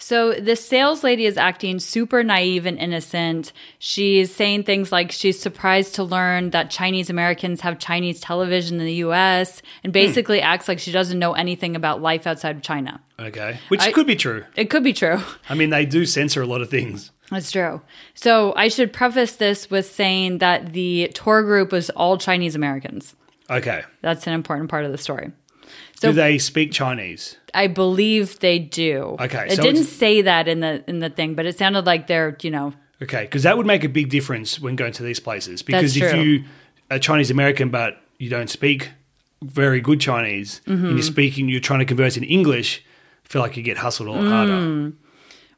A: So, the sales lady is acting super naive and innocent. She's saying things like she's surprised to learn that Chinese Americans have Chinese television in the US
B: Hmm.
A: and basically acts like she doesn't know anything about life outside of China.
B: Okay. Which could be true.
A: It could be true.
B: I mean, they do censor a lot of things.
A: That's true. So I should preface this with saying that the tour group was all Chinese Americans.
B: Okay.
A: That's an important part of the story.
B: Do
A: So-
B: they speak Chinese?
A: I believe they do.
B: Okay,
A: It
B: so
A: didn't
B: it's-
A: say that in the in the thing, but it sounded like they're, you know,
B: Okay, because that would make a big difference when going to these places. Because if
A: true.
B: you are Chinese American but you don't speak very good Chinese and
A: Mm-hmm.
B: you're speaking, you're trying to converse in English, I feel like you get hustled a lot
A: Mm.
B: harder.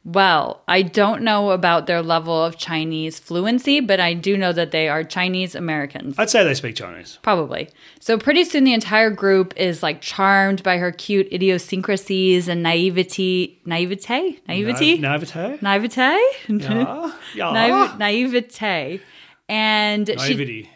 A: well, I don't know about their level of Chinese fluency, but I do know that they are Chinese Americans.
B: I'd say they speak Chinese.
A: Probably. So pretty soon the entire group is like charmed by her cute idiosyncrasies and naivety, naivete, naivety,
B: Na- naivete?
A: naivete,
B: Yeah. Yeah.
A: Naiv- naivete. And she
B: Naivety.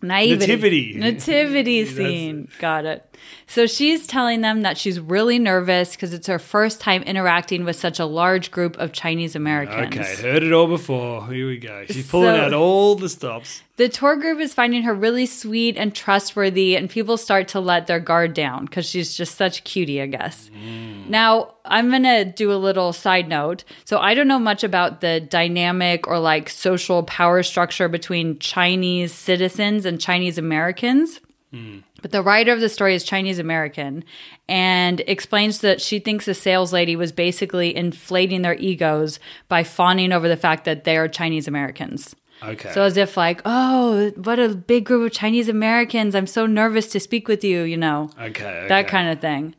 A: naivety.
B: Nativity.
A: nativity scene. Got it. So she's telling them that she's really nervous because it's her first time interacting with such a large group of Chinese Americans.
B: Okay, heard it all before. Here we go. She's pulling
A: So-
B: out all the stops.
A: The tour group is finding her really sweet and trustworthy, and people start to let their guard down because she's just such a cutie, I guess. Now, I'm going to do a little side note. So, I don't know much about the dynamic or like social power structure between Chinese citizens and Chinese Americans. But the writer of the story is Chinese American and explains that she thinks the sales lady was basically inflating their egos by fawning over the fact that they are Chinese Americans.
B: Okay.
A: So as if like, oh, what a big group of Chinese Americans. I'm so nervous to speak with you, you know.
B: okay,
A: That kind of thing.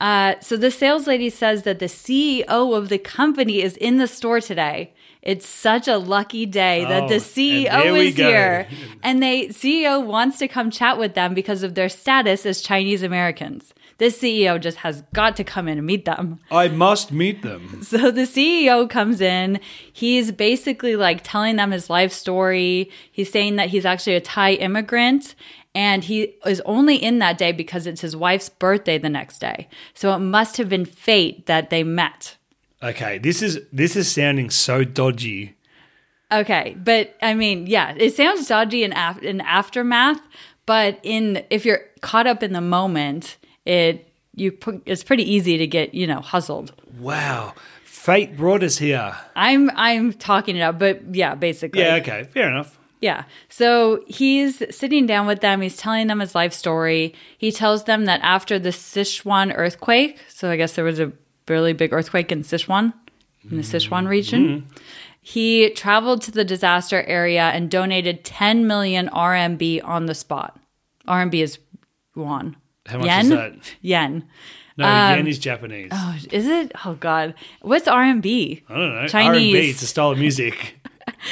A: Uh, so the sales lady says that the CEO of the company is in the store today. It's such a lucky day
B: Oh,
A: that the
B: and there
A: CEO
B: we
A: is
B: go.
A: here. And the CEO wants to come chat with them because of their status as Chinese Americans. This CEO just has got to come in and meet them.
B: I must meet them.
A: So the CEO comes in. He's basically like telling them his life story. He's saying that he's actually a Thai immigrant and he is only in that day because it's his wife's birthday the next day. So it must have been fate that they met.
B: Okay, this is this is sounding so dodgy.
A: Okay, but I mean, yeah, it sounds dodgy in, af- in aftermath, but in if you're caught up in the moment, it you put, it's pretty easy to get you know hustled.
B: Wow. Fate brought us here.
A: I'm I'm talking it up, but yeah, basically,
B: Yeah, okay, fair enough.
A: Yeah. So he's sitting down with them. He's telling them his life story. He tells them that after the Sichuan earthquake, so I guess there was a really big earthquake in Sichuan, in the
B: Mm-hmm.
A: Sichuan region, he traveled to the disaster area and donated 10 million RMB on the spot. RMB is yuan.
B: How much
A: yen?
B: is that?
A: Yen.
B: No,
A: Um,
B: yen is Japanese.
A: Oh, is it? Oh God. What's RMB?
B: I don't know.
A: Chinese.
B: R&B, it's a style of music.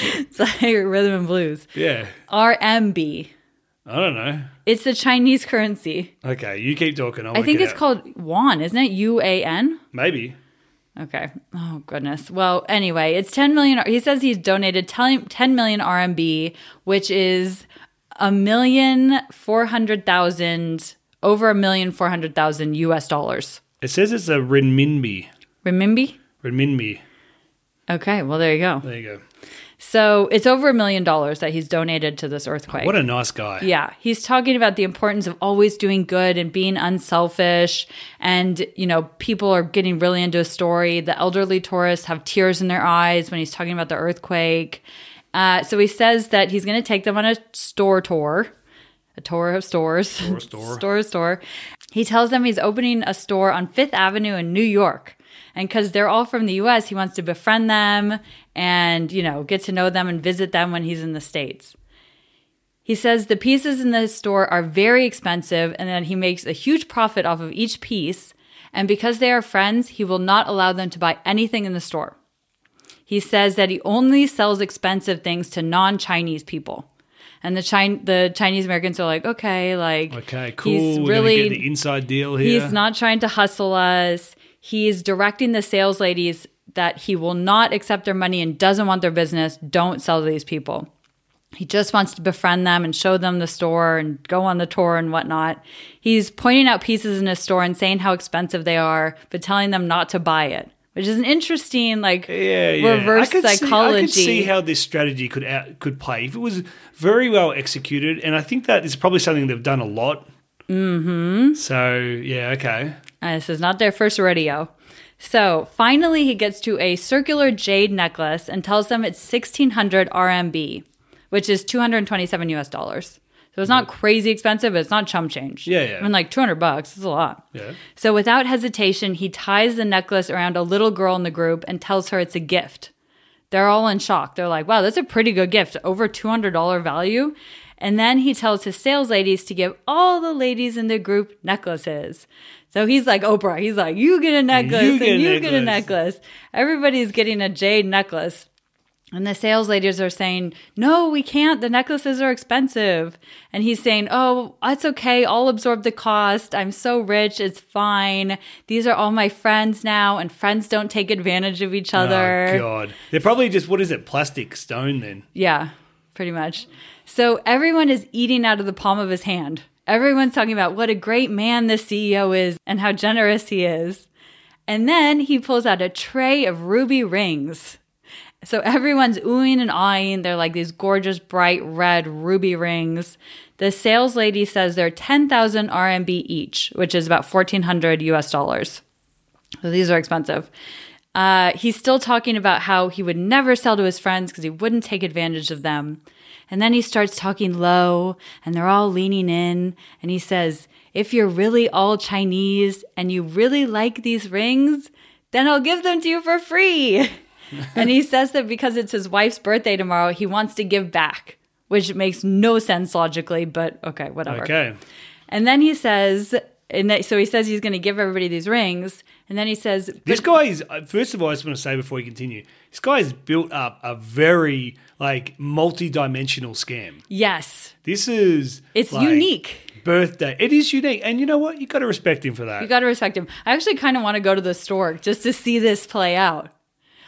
A: It's like rhythm and blues.
B: yeah.
A: RMB.
B: I don't know.
A: It's the Chinese currency.
B: Okay, you keep talking. I'll
A: I think
B: work it
A: it's
B: out.
A: called Wan, isn't it? U A N.
B: Maybe.
A: Okay. Oh goodness. Well, anyway, it's ten million. He says he's donated 10 10 million RMB, which is a million four hundred thousand over a million four hundred thousand US dollars.
B: It says it's a renminbi.
A: Renminbi?
B: Renminbi.
A: Okay, well there you go.
B: There you go.
A: So it's over a million dollars that he's donated to this earthquake.
B: What a nice guy.
A: yeah, he's talking about the importance of always doing good and being unselfish. And, you know, people are getting really into a story. The elderly tourists have tears in their eyes when he's talking about the earthquake. Uh, so he says that he's going to take them on a store tour, a tour of stores. Store,
B: store.
A: store, store. He tells them he's opening a store on Fifth Avenue in New York. And because they're all from the US, he wants to befriend them and, you know, get to know them and visit them when he's in the States. He says the pieces in the store are very expensive and that he makes a huge profit off of each piece. And because they are friends, he will not allow them to buy anything in the store. He says that he only sells expensive things to non Chinese people. And the, Chin- the Chinese Americans are like, okay, like,
B: Okay,
A: he's
B: cool. We're gonna get the inside deal here.
A: He's not trying to hustle us. He's directing the sales ladies that he will not accept their money and doesn't want their business. Don't sell to these people. He just wants to befriend them and show them the store and go on the tour and whatnot. He's pointing out pieces in his store and saying how expensive they are, but telling them not to buy it, which is an interesting, like,
B: yeah, yeah.
A: reverse
B: I could
A: psychology.
B: See, I could see how this strategy could out, could play if it was very well executed, and I think that is probably something they've done a lot. Mm-hmm. So yeah, okay.
A: Uh, this is not their first rodeo. So finally, he gets to a circular jade necklace and tells them it's 1600 RMB, which is 227 US dollars. So it's not crazy expensive, but it's not chump change.
B: Mm-hmm. Yeah, yeah.
A: I mean, like 200 bucks is a lot.
B: Yeah.
A: So without hesitation, he ties the necklace around a little girl in the group and tells her it's a gift. They're all in shock. They're like, wow, that's a pretty good gift, over $200 value. And then he tells his sales ladies to give all the ladies in the group necklaces. So he's like Oprah. He's like, you get a necklace,
B: You get a
A: and you get a
B: necklace.
A: necklace. Everybody's getting a jade necklace. And the sales ladies are saying, No, we can't. The necklaces are expensive. And he's saying, Oh, it's okay. I'll absorb the cost. I'm so rich. It's fine. These are all my friends now, and friends don't take advantage of each other.
B: Oh God, they're probably just what is it, plastic stone? Then
A: Yeah, pretty much. So everyone is eating out of the palm of his hand. Everyone's talking about what a great man this CEO is and how generous he is. And then he pulls out a tray of ruby rings. So everyone's oohing and eyeing. They're like these gorgeous, bright red ruby rings. The sales lady says they're 10,000 RMB each, which is about 1,400 US dollars. So these are expensive. Uh, he's still talking about how he would never sell to his friends because he wouldn't take advantage of them. And then he starts talking low, and they're all leaning in. And he says, If you're really all Chinese and you really like these rings, then I'll give them to you for free. and he says that because it's his wife's birthday tomorrow, he wants to give back, which makes no sense logically, but okay, whatever.
B: okay,
A: And then he says, and that, so he says he's going to give everybody these rings. And then he says,
B: this guy is. uh, First of all, I just want to say before you continue, this guy has built up a very like multi-dimensional scam.
A: yes,
B: This is
A: it's
B: like,
A: unique.
B: Birthday. It is unique. And you know what? You got to respect him for that.
A: You got to respect him. I actually kind of want to go to the store just to see this play out.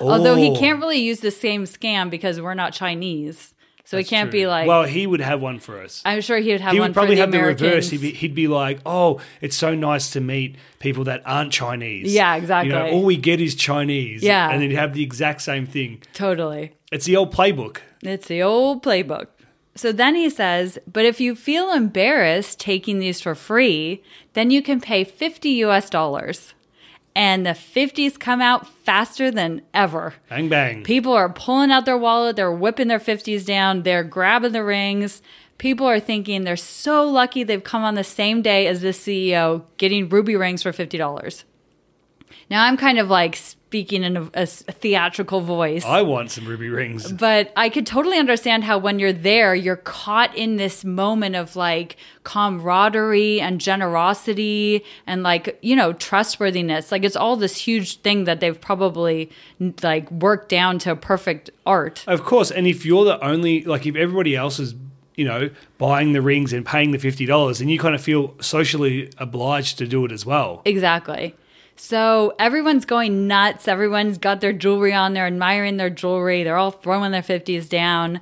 A: Although he
B: Oh.
A: can't really use the same scam because we're not Chinese. So he can't be
B: True.
A: like,
B: Well, he would have one for us.
A: I'm sure he would have
B: he
A: one
B: would probably
A: for the
B: have
A: Americans.
B: the reverse. He'd be, he'd be like, "Oh, it's so nice to meet people that aren't Chinese."
A: Yeah,
B: You know,
A: exactly.
B: all we get is Chinese.
A: Yeah.
B: and then he'd have the exact same thing.
A: totally.
B: It's the old playbook.
A: It's the old playbook. So then he says, but if you feel embarrassed taking these for free, then you can pay 50 US dollars. And the 50s come out faster than ever.
B: Bang bang.
A: People are pulling out their wallet, they're whipping their 50s down, they're grabbing the rings. People are thinking they're so lucky they've come on the same day as this CEO getting ruby rings for $50. Now I'm kind of like speaking in a, a s- theatrical voice
B: I want some ruby rings.
A: but I could totally understand how when you're there, you're caught in this moment of like camaraderie and generosity and like, you know, trustworthiness. Like it's all this huge thing that they've probably like worked down to perfect art.
B: Of course, and if you're the only, like, if everybody else is, you know, buying the rings and paying the fifty dollars, then you kind of feel socially obliged to do it as well.
A: Exactly. So everyone's going nuts. Everyone's got their jewelry on. They're admiring their jewelry. They're all throwing their 50s down.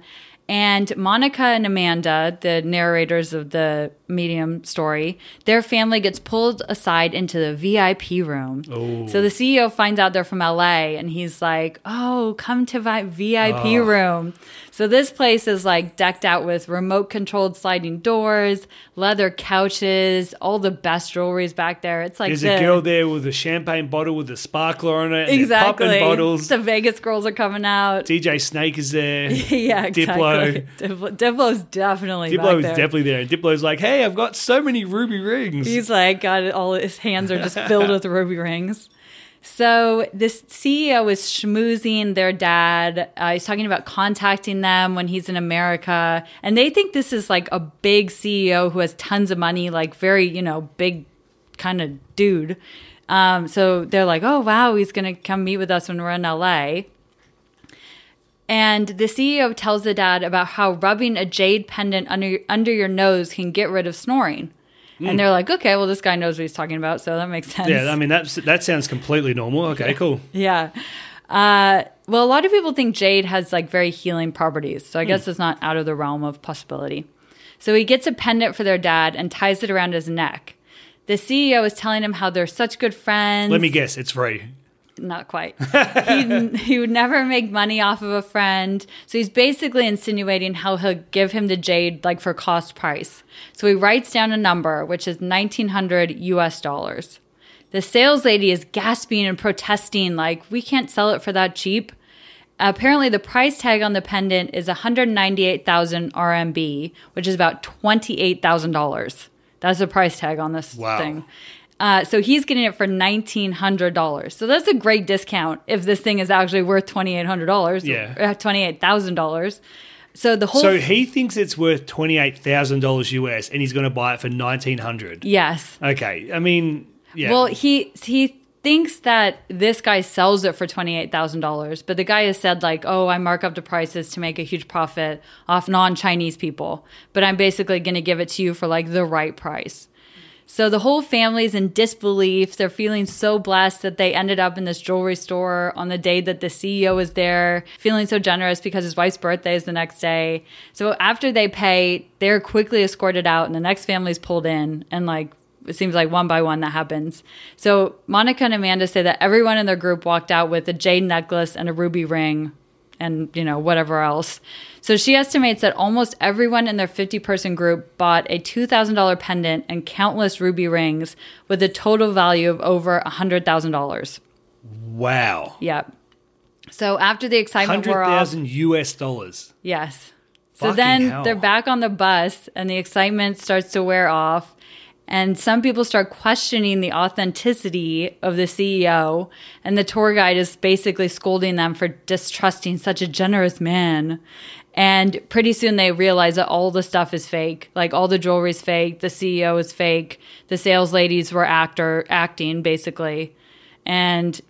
A: And Monica and Amanda, the narrators of the medium story, their family gets pulled aside into the VIP room. So the CEO finds out they're from LA and he's like, Oh, come to my VIP room. So this place is like decked out with remote controlled sliding doors, leather couches, all the best jewelry is back there. It's like
B: There's
A: the-
B: a girl there with a champagne bottle with a sparkler on it. And
A: Exactly.
B: exactly. Popping bottles.
A: The Vegas girls are coming out.
B: DJ Snake is there.
A: yeah,
B: Diplo.
A: exactly. Diplo. Diplo's definitely
B: Diplo
A: back
B: is
A: there.
B: definitely there. And Diplo's like, hey, I've got so many ruby rings.
A: He's like, got it all. His hands are just filled with ruby rings. So this CEO is schmoozing their dad. Uh, he's talking about contacting them when he's in America, and they think this is like a big CEO who has tons of money, like very you know big kind of dude. Um, so they're like, oh wow, he's gonna come meet with us when we're in LA. And the CEO tells the dad about how rubbing a jade pendant under under your nose can get rid of snoring. And they're like, okay, well, this guy knows what he's talking about, so that makes sense.
B: Hmm. yeah, I mean, that's, that sounds completely normal. Okay, cool.
A: Yeah. Uh, well, a lot of people think jade has like very healing properties,
B: Hmm.
A: so I guess it's not out of the realm of possibility. So he gets a pendant for their dad and ties it around his neck. The CEO is telling him how they're such good friends.
B: Let me guess, it's free.
A: Not quite. he, he would never make money off of a friend. So he's basically insinuating how he'll give him the jade like for cost price. So he writes down a number, which is 1900 US dollars. The sales lady is gasping and protesting, like, we can't sell it for that cheap. Apparently, the price tag on the pendant is 198,000 RMB, which is about $28,000. That's the price tag on this
B: Wow.
A: thing. Uh, so he's getting it for nineteen hundred dollars. So that's a great discount if this thing is actually worth twenty eight hundred dollars.
B: Yeah.
A: twenty eight thousand dollars. So the whole
B: So he thinks it's worth $28,000 US and he's going to buy it for 1900
A: yes.
B: Okay, I mean, yeah.
A: Well, he he thinks that this guy sells it for twenty eight thousand dollars, but the guy has said like, "Oh, I mark up the prices to make a huge profit off non Chinese people, but I'm basically going to give it to you for like the right price." So the whole family's in disbelief. They're feeling so blessed that they ended up in this jewelry store on the day that the CEO was there, feeling so generous because his wife's birthday is the next day. So after they pay, they're quickly escorted out and the next family's pulled in and like it seems like one by one that happens. So Monica and Amanda say that everyone in their group walked out with a jade necklace and a ruby ring and you know whatever else. So she estimates that almost everyone in their 50 person group bought a $2,000 pendant and countless ruby rings with a total value of over $100,000.
B: wow.
A: Yep. So after the excitement wore off,
B: 100,000 US dollars.
A: yes. So
B: Fucking
A: then
B: hell.
A: they're back on the bus and the excitement starts to wear off and some people start questioning the authenticity of the CEO and the tour guide is basically scolding them for distrusting such a generous man. And pretty soon they realize that all the stuff is fake. Like all the jewelry's fake, the CEO is fake, the sales ladies were actor acting basically. And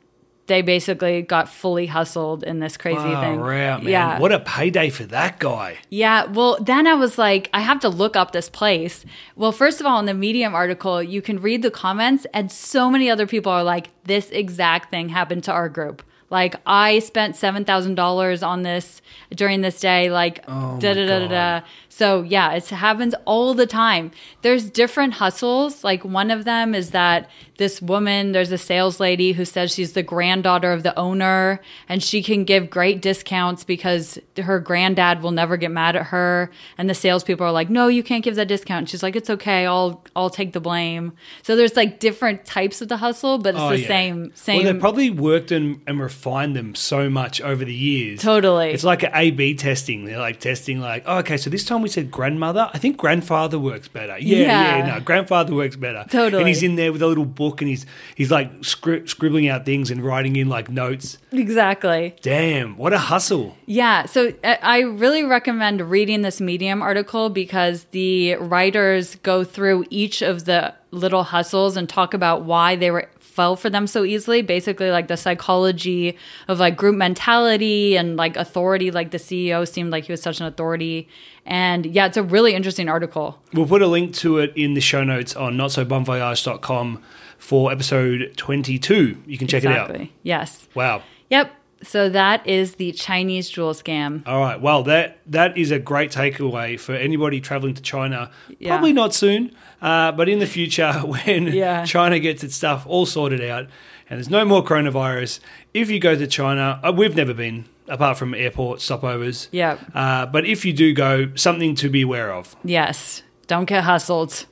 A: they basically got fully hustled in this crazy
B: Oh,
A: thing.
B: man. What a payday for that guy.
A: Yeah, well, then I was like, I have to look up this place. Well, first of all, in the Medium article, you can read the comments, and so many other people are like, this exact thing happened to our group. Like, I spent $7,000 on this during this day, like, da da da da da. So, yeah, it happens all the time. There's different hustles. Like, one of them is that this woman, there's a sales lady who says she's the granddaughter of the owner and she can give great discounts because her granddad will never get mad at her. And the salespeople are like, no, you can't give that discount. And she's like, it's okay. I'll, I'll take the blame. So there's like different types of the hustle, but it's
B: Oh,
A: the
B: yeah.
A: same, same.
B: Well, they probably worked and, and refined them so much over the years.
A: Totally.
B: It's like an A/B testing. They're like testing, like, oh, okay, so this time we said grandmother. I think grandfather works better. Yeah, yeah,
A: Yeah.
B: no, grandfather works better.
A: Totally.
B: And he's in there with a little book, and he's he's like scri- scribbling out things and writing in like notes.
A: exactly.
B: Damn, what a hustle!
A: Yeah, so I I really recommend reading this Medium article because the writers go through each of the little hustles and talk about why they were fell for them so easily. Basically, like the psychology of like group mentality and like authority. Like the CEO seemed like he was such an authority, and yeah, it's a really interesting article.
B: We'll put a link to it in the show notes on notsobumvoyage.com for episode twenty two. You can check it out.
A: Yes.
B: Wow.
A: Yep. So that is the Chinese jewel scam.
B: All right. Well, that that is a great takeaway for anybody traveling to China.
A: Yeah.
B: Probably not soon, uh, but in the future when
A: Yeah.
B: China gets its stuff all sorted out and there's no more coronavirus, if you go to China, uh, we've never been apart from airport stopovers.
A: Yep.
B: Uh, but if you do go, something to be aware of.
A: Yes. Don't get hustled.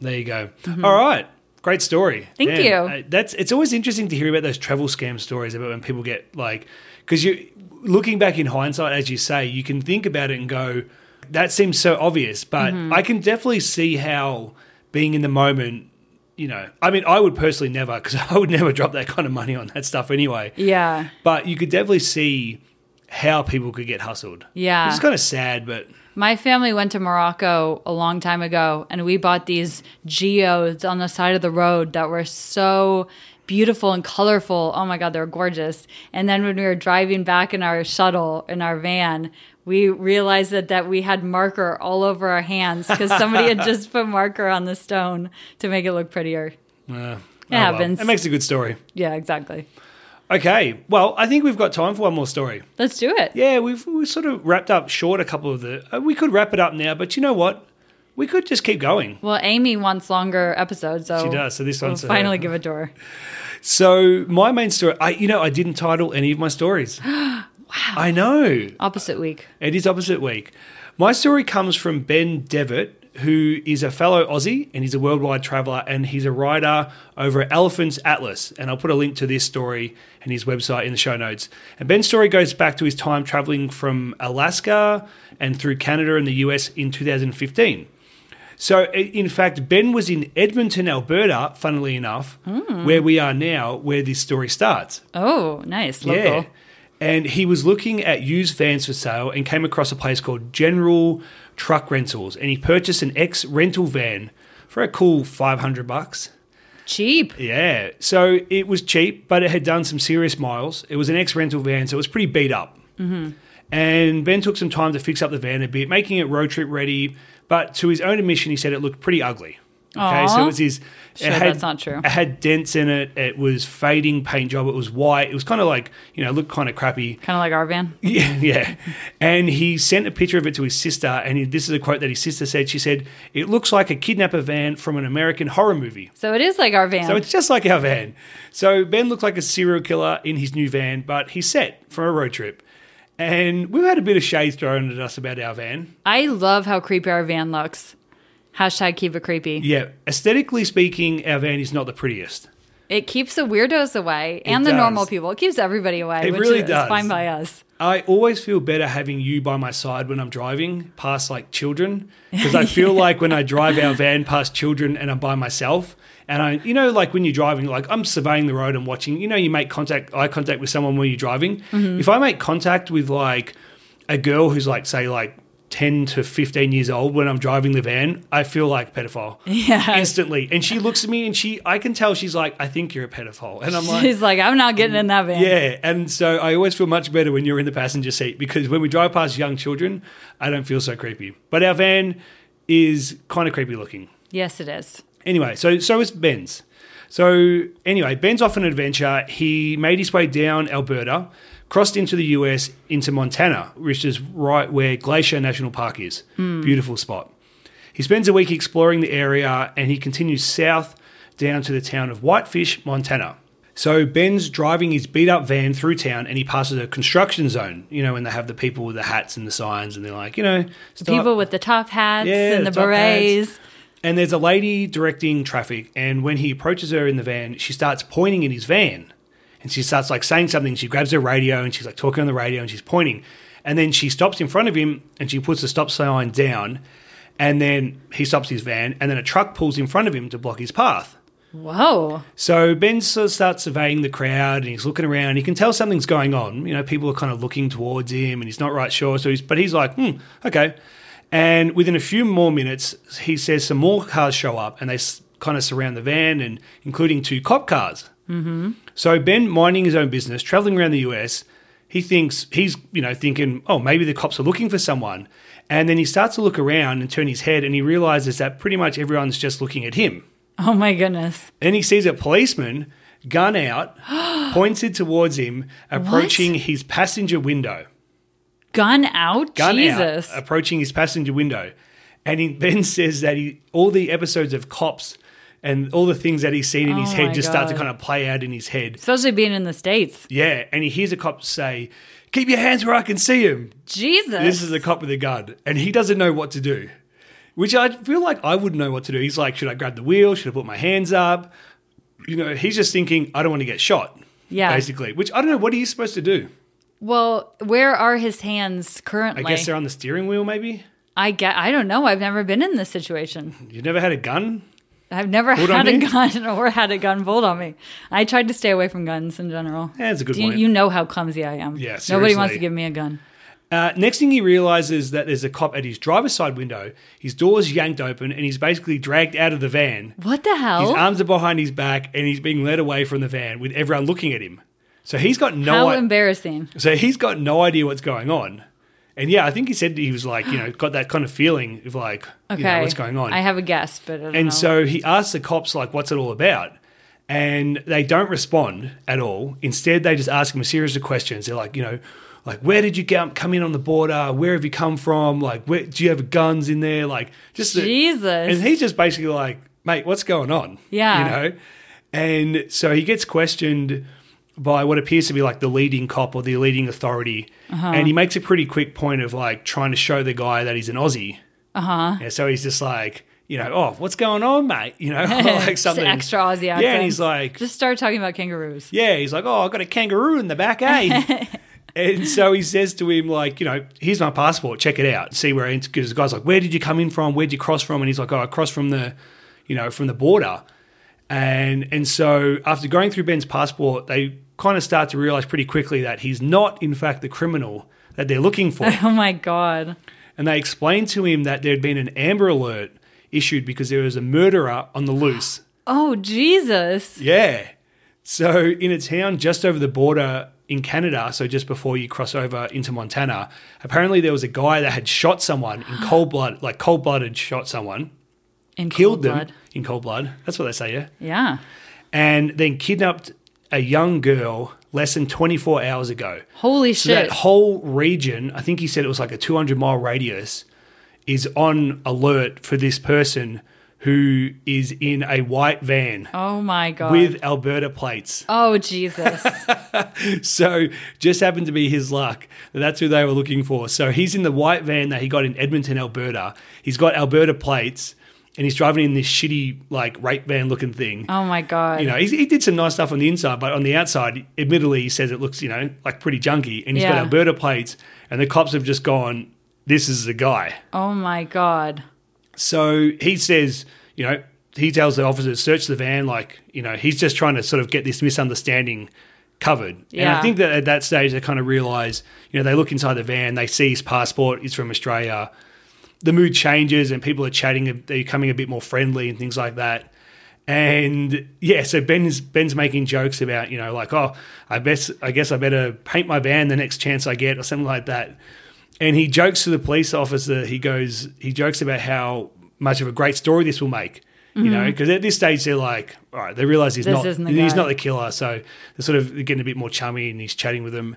B: There you go. All right. Great story.
A: Mm-hmm. Thank
B: Damn.
A: you.
B: Uh, that's it's always interesting to hear about those travel scam stories about when people get like because you looking back in hindsight, as you say, you can think about it and go, that seems so obvious, but
A: Mm-hmm.
B: I can definitely see how being in the moment. You know, I mean, I would personally never, because I would never drop that kind of money on that stuff anyway.
A: Yeah.
B: But you could definitely see how people could get hustled.
A: Yeah.
B: It's kind of sad, but
A: My family went to Morocco a long time ago and we bought these geodes on the side of the road that were so beautiful and colorful. Oh my God, they were gorgeous. And then when we were driving back in our shuttle, in our van, we realized that, that we had marker all over our hands because somebody had just put marker on the stone to make it look prettier.
B: uh, it
A: happens.
B: It makes a good story.
A: Yeah, exactly.
B: Okay. Well, I think we've got time for one more story.
A: Let's do it.
B: Yeah, we've we sort of wrapped up short a couple of the. Uh, we could wrap it up now, but you know what? We could just keep going.
A: Well, Amy wants longer episodes, so
B: She does, so this
A: we'll
B: one's for her.
A: finally give it to her.
B: So my main story, I you know, I didn't title any of my stories. wow. I know.
A: Opposite week.
B: It is opposite week. My story comes from Ben Devitt, who is a fellow Aussie and he's a worldwide traveler and he's a writer over at Elephants Atlas. And I'll put a link to this story and his website in the show notes. And Ben's story goes back to his time traveling from Alaska and through Canada and the US in 2015. So, i- in fact, Ben was in Edmonton, Alberta, funnily enough, where we are now, where this story starts.
A: Oh, nice. Local.
B: Yeah. And he was looking at used vans for sale and came across a place called General Truck Rentals and he purchased an ex rental van for a cool 500 bucks.
A: Cheap.
B: Yeah. So it was cheap, but it had done some serious miles. It was an ex rental van, so it was pretty beat up.
A: Mm-hmm.
B: And Ben took some time to fix up the van a bit, making it road trip ready. But to his own admission, he said it looked pretty ugly. Okay, so
A: Aw.
B: it was his.
A: Sure,
B: it had,
A: that's not true.
B: It had dents in it. It was fading paint job. It was white. It was kind of like you know, looked kind of crappy.
A: Kind of like our van.
B: Yeah, yeah. And he sent a picture of it to his sister. And he, this is a quote that his sister said. She said, "It looks like a kidnapper van from an American horror movie."
A: So it is like our van.
B: So it's just like our van. So Ben looked like a serial killer in his new van, but he's set for a road trip. And we've had a bit of shade thrown at us about our van.
A: I love how creepy our van looks. Hashtag keep it creepy.
B: Yeah, aesthetically speaking, our van is not the prettiest.
A: It keeps the weirdos away and the
B: does.
A: normal people. It keeps everybody away.
B: It
A: which
B: really
A: is
B: does.
A: Fine by us.
B: I always feel better having you by my side when I'm driving past like children because I feel like when I drive our van past children and I'm by myself and I you know like when you're driving like I'm surveying the road and watching you know you make contact eye contact with someone when you're driving if I make contact with like a girl who's like say like 10 to 15 years old when I'm driving the van I feel like pedophile
A: Yeah.
B: instantly and she looks at me and she I can tell she's like I think you're a pedophile and I'm like
A: She's like, I'm not getting in that van.
B: yeah, and so I always feel much better when you're in the passenger seat because when we drive past young children, I don't feel so creepy. But our van is kind of creepy looking.
A: Yes, it is.
B: Anyway, so so is Ben's. So anyway, Ben's off on an adventure. He made his way down Alberta, crossed into the US into Montana, which is right where Glacier National Park is.
A: Hmm.
B: Beautiful spot. He spends a week exploring the area and he continues south down to the town of Whitefish, Montana. So Ben's driving his beat up van through town and he passes a construction zone, you know, and they have the people with the hats and the signs and they're like, you know, stop-
A: People with the top hats
B: Yeah,
A: and the,
B: the top
A: berets.
B: and there's a lady directing traffic, and when he approaches her in the van, she starts pointing at his van. And she starts like saying something. She grabs her radio and she's like talking on the radio and she's pointing. And then she stops in front of him and she puts the stop sign down. And then he stops his van, and then a truck pulls in front of him to block his path.
A: Whoa.
B: So Ben sort of starts surveying the crowd and he's looking around. He can tell something's going on. You know, people are kind of looking towards him and he's not right sure. So he's, but he's like, hmm, okay. And within a few more minutes, he says some more cars show up and they s- kind of surround the van and including two cop cars. Mm-hmm. So Ben, minding his own business, traveling around the US, he thinks he's you know thinking, oh, maybe the cops are looking for someone. And then he starts to look around and turn his head and he realizes that pretty much everyone's just looking at him.
A: Oh my goodness.
B: Then he sees a policeman gun out, pointed towards him, approaching his passenger window.
A: Gun out?
B: Gun
A: Jesus.
B: out, Uh, approaching his passenger window. And he then says that he all the episodes of Cops and all the things that he's seen in his
A: Oh my
B: head just start to
A: God.
B: kind of play out in his head.
A: Especially being in the States.
B: Yeah, and he hears a cop say, "Keep your hands where I can see him."
A: Jesus.
B: This is the cop with a gun, and he doesn't know what to do. Which I feel like I wouldn't know what to do. He's like, "Should I grab the wheel? Should I put my hands up?" You know, he's just thinking, "I don't want to get shot."
A: Yeah.
B: basically. Which I don't know. What are you supposed to do?
A: well, where are his hands
B: I
A: currently?
B: guess they're on the steering wheel. Maybe
A: I get. I don't know. I've never been in this situation.
B: you've never had a gun.
A: I've never
B: Pulled
A: had
B: on
A: a
B: you?
A: gun or had a gun pulled on me. I tried to stay away from guns in general.
B: Yeah, Eh, that's a good
A: you,
B: point.
A: you know how clumsy I am.
B: Yeah,
A: Nobody wants
B: seriously.
A: to give me a gun.
B: Uh, next thing he realizes that there's a cop at his driver's side window. His door's yanked open, and he's basically dragged out of the van.
A: What the
B: His
A: hell?
B: arms are behind his back, and he's being led away from the van with everyone looking at him. So he's got no.
A: how
B: i-
A: embarrassing.
B: so he's got no idea what's going on. And yeah, I think he said he was like, you know, got that kind of feeling of like,
A: Okay.
B: you know, what's going on.
A: I have a guess, but I don't
B: and
A: know.
B: so he asks the cops like, what's it all about? And they don't respond at all. Instead, they just ask him a series of questions. They're like, you know, like where did you come come in on the border? Where have you come from? Like, where, do you have guns in there? Like, just the-
A: Jesus.
B: and he's just basically like, mate, what's going on?
A: Yeah.
B: You know? And so he gets questioned by what appears to be like the leading cop or the leading authority.
A: Uh-huh.
B: And he makes a pretty quick point of like trying to show the guy that he's an Aussie. Uh
A: Uh-huh.
B: huh. And so he's just like, you know, oh, what's going on, mate? You know, like
A: Just an
B: something
A: extra Aussie
B: Yeah, and
A: accent.
B: he's like,
A: Just start talking about kangaroos.
B: yeah, he's like, oh, I got a kangaroo in the back, eh? and so he says to him, like, you know, here's my passport, check it out, see where. Because the guy's like, where did you come in from? Where'd you cross from? And he's like, oh, I crossed from the, you know, from the border. And and so after going through Ben's passport, they kind of start to realize pretty quickly that he's not, in fact, the criminal that they're looking for.
A: Oh my god.
B: and they explained to him that there had been an Amber Alert issued because there was a murderer on the loose.
A: Oh Jesus.
B: Yeah. So in a town just over the border in Canada, so just before you cross over into Montana, apparently there was a guy that had shot someone in cold blood, like cold blooded shot someone,
A: In
B: killed
A: cold
B: them
A: blood.
B: in cold blood. That's what they say, yeah.
A: Yeah.
B: And then kidnapped a young girl less than 24 hours ago.
A: Holy
B: So
A: shit.
B: that whole region, I think he said it was like a 200 mile radius, is on alert for this person who is in a white van
A: oh my god.
B: with Alberta plates.
A: oh Jesus.
B: So just happened to be his luck. that That's who they were looking for. So he's in the white van that he got in Edmonton, Alberta. He's got Alberta plates and he's driving in this shitty, like, rape van looking thing.
A: oh my god.
B: You know, he, he did some nice stuff on the inside, but on the outside, admittedly, he says it looks, you know, like pretty junky. And he's got
A: Yeah.
B: Alberta plates, and the cops have just gone, this is the guy.
A: oh my god.
B: So he says, you know, he tells the officers search the van, like you know, he's just trying to sort of get this misunderstanding covered. And I
A: Yeah.
B: think that at that stage they kind of realize, you know, they look inside the van, they see his passport, he's from Australia. The mood changes and people are chatting, they're becoming a bit more friendly and things like that. And yeah, so Ben's Ben's making jokes about you know like oh I best I guess I better paint my van the next chance I get or something like that. And he jokes to the police officer. He goes he jokes about how much of a great story this will make. You know, because at this stage they're like, all right, they realize he's
A: Mm-hmm. This
B: not
A: isn't the
B: he's
A: guy.
B: not the killer. So they're sort of getting a bit more chummy, and he's chatting with them.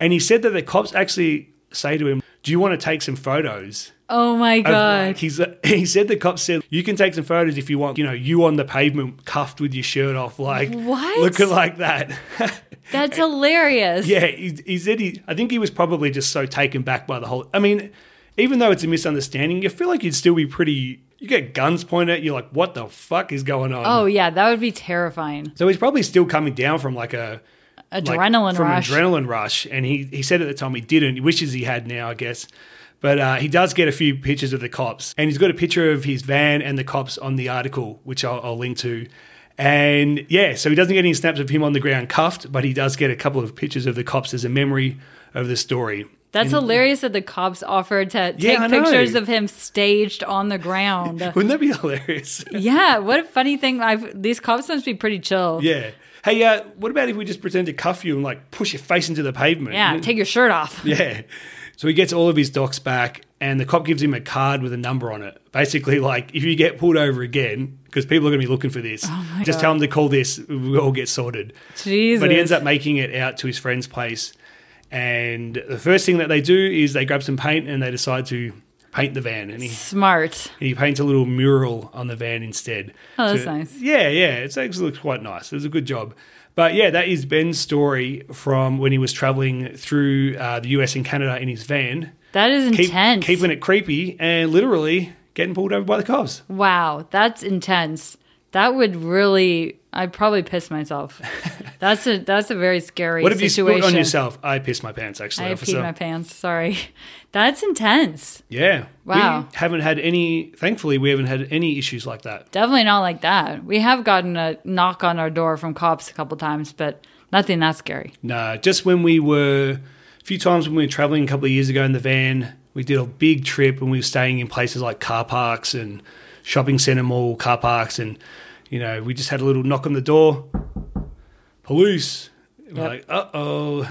B: And he said that the cops actually say to him, "Do you want to take some photos?"
A: Oh my
B: of,
A: god.
B: like, he's, he said the cops said you can take some photos if you want. You know, you on the pavement, cuffed with your shirt off, like
A: What?
B: looking like that.
A: That's hilarious.
B: yeah, he, he said he. I think he was probably just so taken back by the whole. I mean, even though it's a misunderstanding, you feel like you'd still be pretty. You get guns pointed at you, like what the fuck is going on?
A: Oh yeah, that would be terrifying.
B: so he's probably still coming down from like a. like,
A: Adrenaline
B: from
A: rush.
B: adrenaline rush, and he he said at the time he didn't. He wishes he had now, I guess. But uh, he does get a few pictures of the cops, and he's got a picture of his van and the cops on the article, which I'll, I'll link to. And yeah, so he doesn't get any snaps of him on the ground cuffed, but he does get a couple of pictures of the cops as a memory of the story.
A: That's hilarious that the cops offered to take
B: I know.
A: pictures of him staged on the ground.
B: Wouldn't that be hilarious?
A: yeah, what a funny thing. I've, these cops must be pretty chill.
B: yeah. Hey, uh, what about if we just pretend to cuff you and like push your face into the pavement?
A: Yeah, take your shirt off.
B: Yeah. So he gets all of his docs back, and the cop gives him a card with a number on it. Basically, like if you get pulled over again, because people are going to be looking for this. Just tell them to call this. We'll all get sorted.
A: Jesus.
B: But he ends up making it out to his friend's place. And the first thing that they do is they grab some paint and they decide to paint the van. And he,
A: smart.
B: and he paints a little mural on the van instead.
A: Oh, that's nice.
B: Yeah, yeah. It actually looks quite nice. It was a good job. But yeah, that is Ben's story from when he was traveling through uh, the US and Canada in his van,
A: That is
B: keep,
A: intense.
B: keeping it creepy and literally getting pulled over by the cops.
A: wow, that's intense. That would really. I'd probably piss myself. That's a that's a very scary
B: What have you
A: situation.
B: spilled on yourself? I pissed my pants, actually,
A: I
B: officer.
A: peed my pants. Sorry. That's intense.
B: Yeah.
A: Wow.
B: We haven't had any, thankfully, we haven't had any issues like that.
A: Definitely not like that. We have gotten a knock on our door from cops a couple times, but nothing that scary.
B: Nah, just when we were, a few times when we were traveling a couple of years ago in the van, we did a big trip and we were staying in places like car parks and shopping centre mall car parks. And, you know, we just had a little knock on the door. Police. And We're
A: Yep.
B: like, uh oh.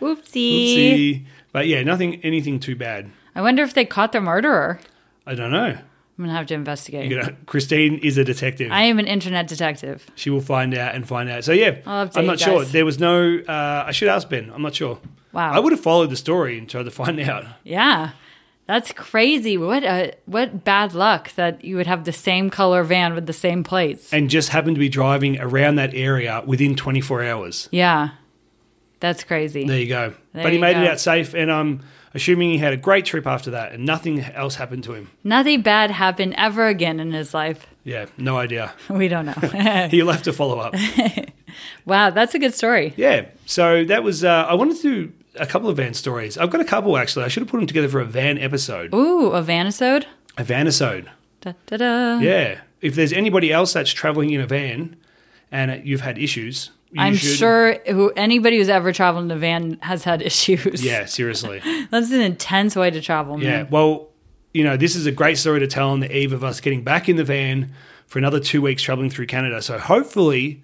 A: Oopsie.
B: Oopsie. But yeah, nothing, anything too bad.
A: I wonder if they caught their murderer.
B: I don't know.
A: I'm gonna have to investigate.
B: You know, Christine is a detective.
A: I am an internet detective.
B: She will find out and find out. So yeah,
A: I'll update
B: I'm not
A: you
B: sure.
A: guys.
B: There was no. Uh, I should ask Ben. I'm not sure.
A: Wow.
B: I would have followed the story and tried to find out.
A: Yeah. That's crazy. What a what bad luck that you would have the same color van with the same plates.
B: And just happened to be driving around that area within 24 hours.
A: Yeah. That's crazy.
B: There you go.
A: There
B: but he
A: you
B: made
A: go.
B: it out safe, and I'm assuming he had a great trip after that, and nothing else happened to him.
A: Nothing bad happened ever again in his life.
B: Yeah, no idea.
A: We don't know.
B: He left a follow up.
A: wow, that's a good story.
B: yeah. So that was. Uh, I wanted to do a couple of van stories. I've got a couple actually. I should have put them together for a van episode.
A: Ooh, a vanisode.
B: A van episode.
A: Da, da, da.
B: Yeah. If there's anybody else that's traveling in a van and uh, you've had issues, you
A: I'm
B: should-
A: sure who anybody who's ever traveled in a van has had issues.
B: Yeah, seriously.
A: That's an intense way to travel,
B: Yeah.
A: man.
B: Well, you know, this is a great story to tell on the eve of us getting back in the van for another two weeks traveling through Canada. So hopefully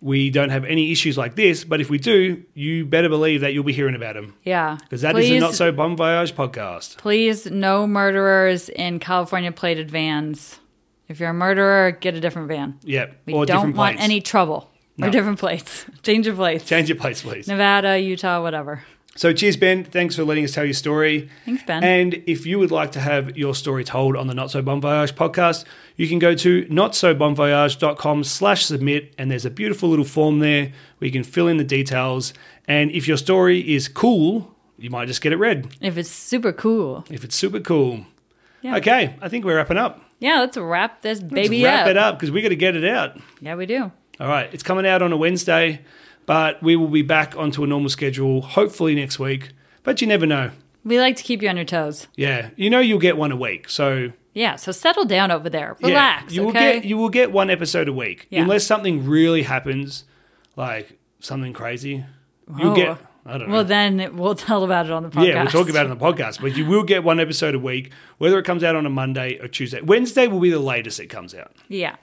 B: we don't have any issues like this. But if we do, you better believe that you'll be hearing about them
A: Yeah.
B: because that is
A: Please-
B: the Not So Bon Voyage podcast.
A: Please, no murderers in California plated vans. If you're a murderer, get a different van.
B: Yeah.
A: We
B: or
A: don't
B: different
A: want
B: plates.
A: any trouble.
B: No.
A: Or different plates. Change of plates.
B: Change your place, please.
A: Nevada, Utah, whatever.
B: So, cheers, Ben. Thanks for letting us tell your story.
A: Thanks, Ben.
B: And if you would like to have your story told on the Not So Bon Voyage podcast, you can go to notsobonvoyage.com slash submit, and there's a beautiful little form there where you can fill in the details. And if your story is cool, you might just get it read
A: If it's super cool.
B: if it's super cool.
A: Yeah.
B: Okay, I think we're wrapping up.
A: Yeah, let's wrap this
B: Let's
A: baby
B: wrap
A: up.
B: it up because we got to get it out.
A: Yeah, we do.
B: All right, it's coming out on a Wednesday, but we will be back onto a normal schedule hopefully next week. But you never know.
A: We like to keep you on your toes.
B: Yeah, you know you'll get one a week. So
A: Yeah, so settle down over there.
B: yeah,
A: Relax,
B: you will
A: okay?
B: get you will get one episode a week
A: Yeah.
B: unless something really happens, like something crazy. You'll
A: Oh.
B: get I don't know.
A: well, then it- we'll tell about it on the podcast.
B: yeah, we'll talk about it on the podcast, but you will get one episode a week, whether it comes out on a Monday or Tuesday. Wednesday will be the latest it comes out.
A: Yeah.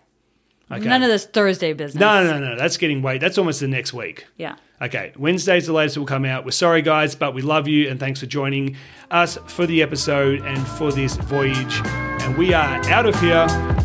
B: Okay.
A: None of this Thursday business.
B: no, no, no, that's getting way. That's almost the next week.
A: Yeah.
B: Okay, Wednesday's the latest that will come out. We're sorry, guys, but we love you and thanks for joining us for the episode and for this voyage. And we are out of here.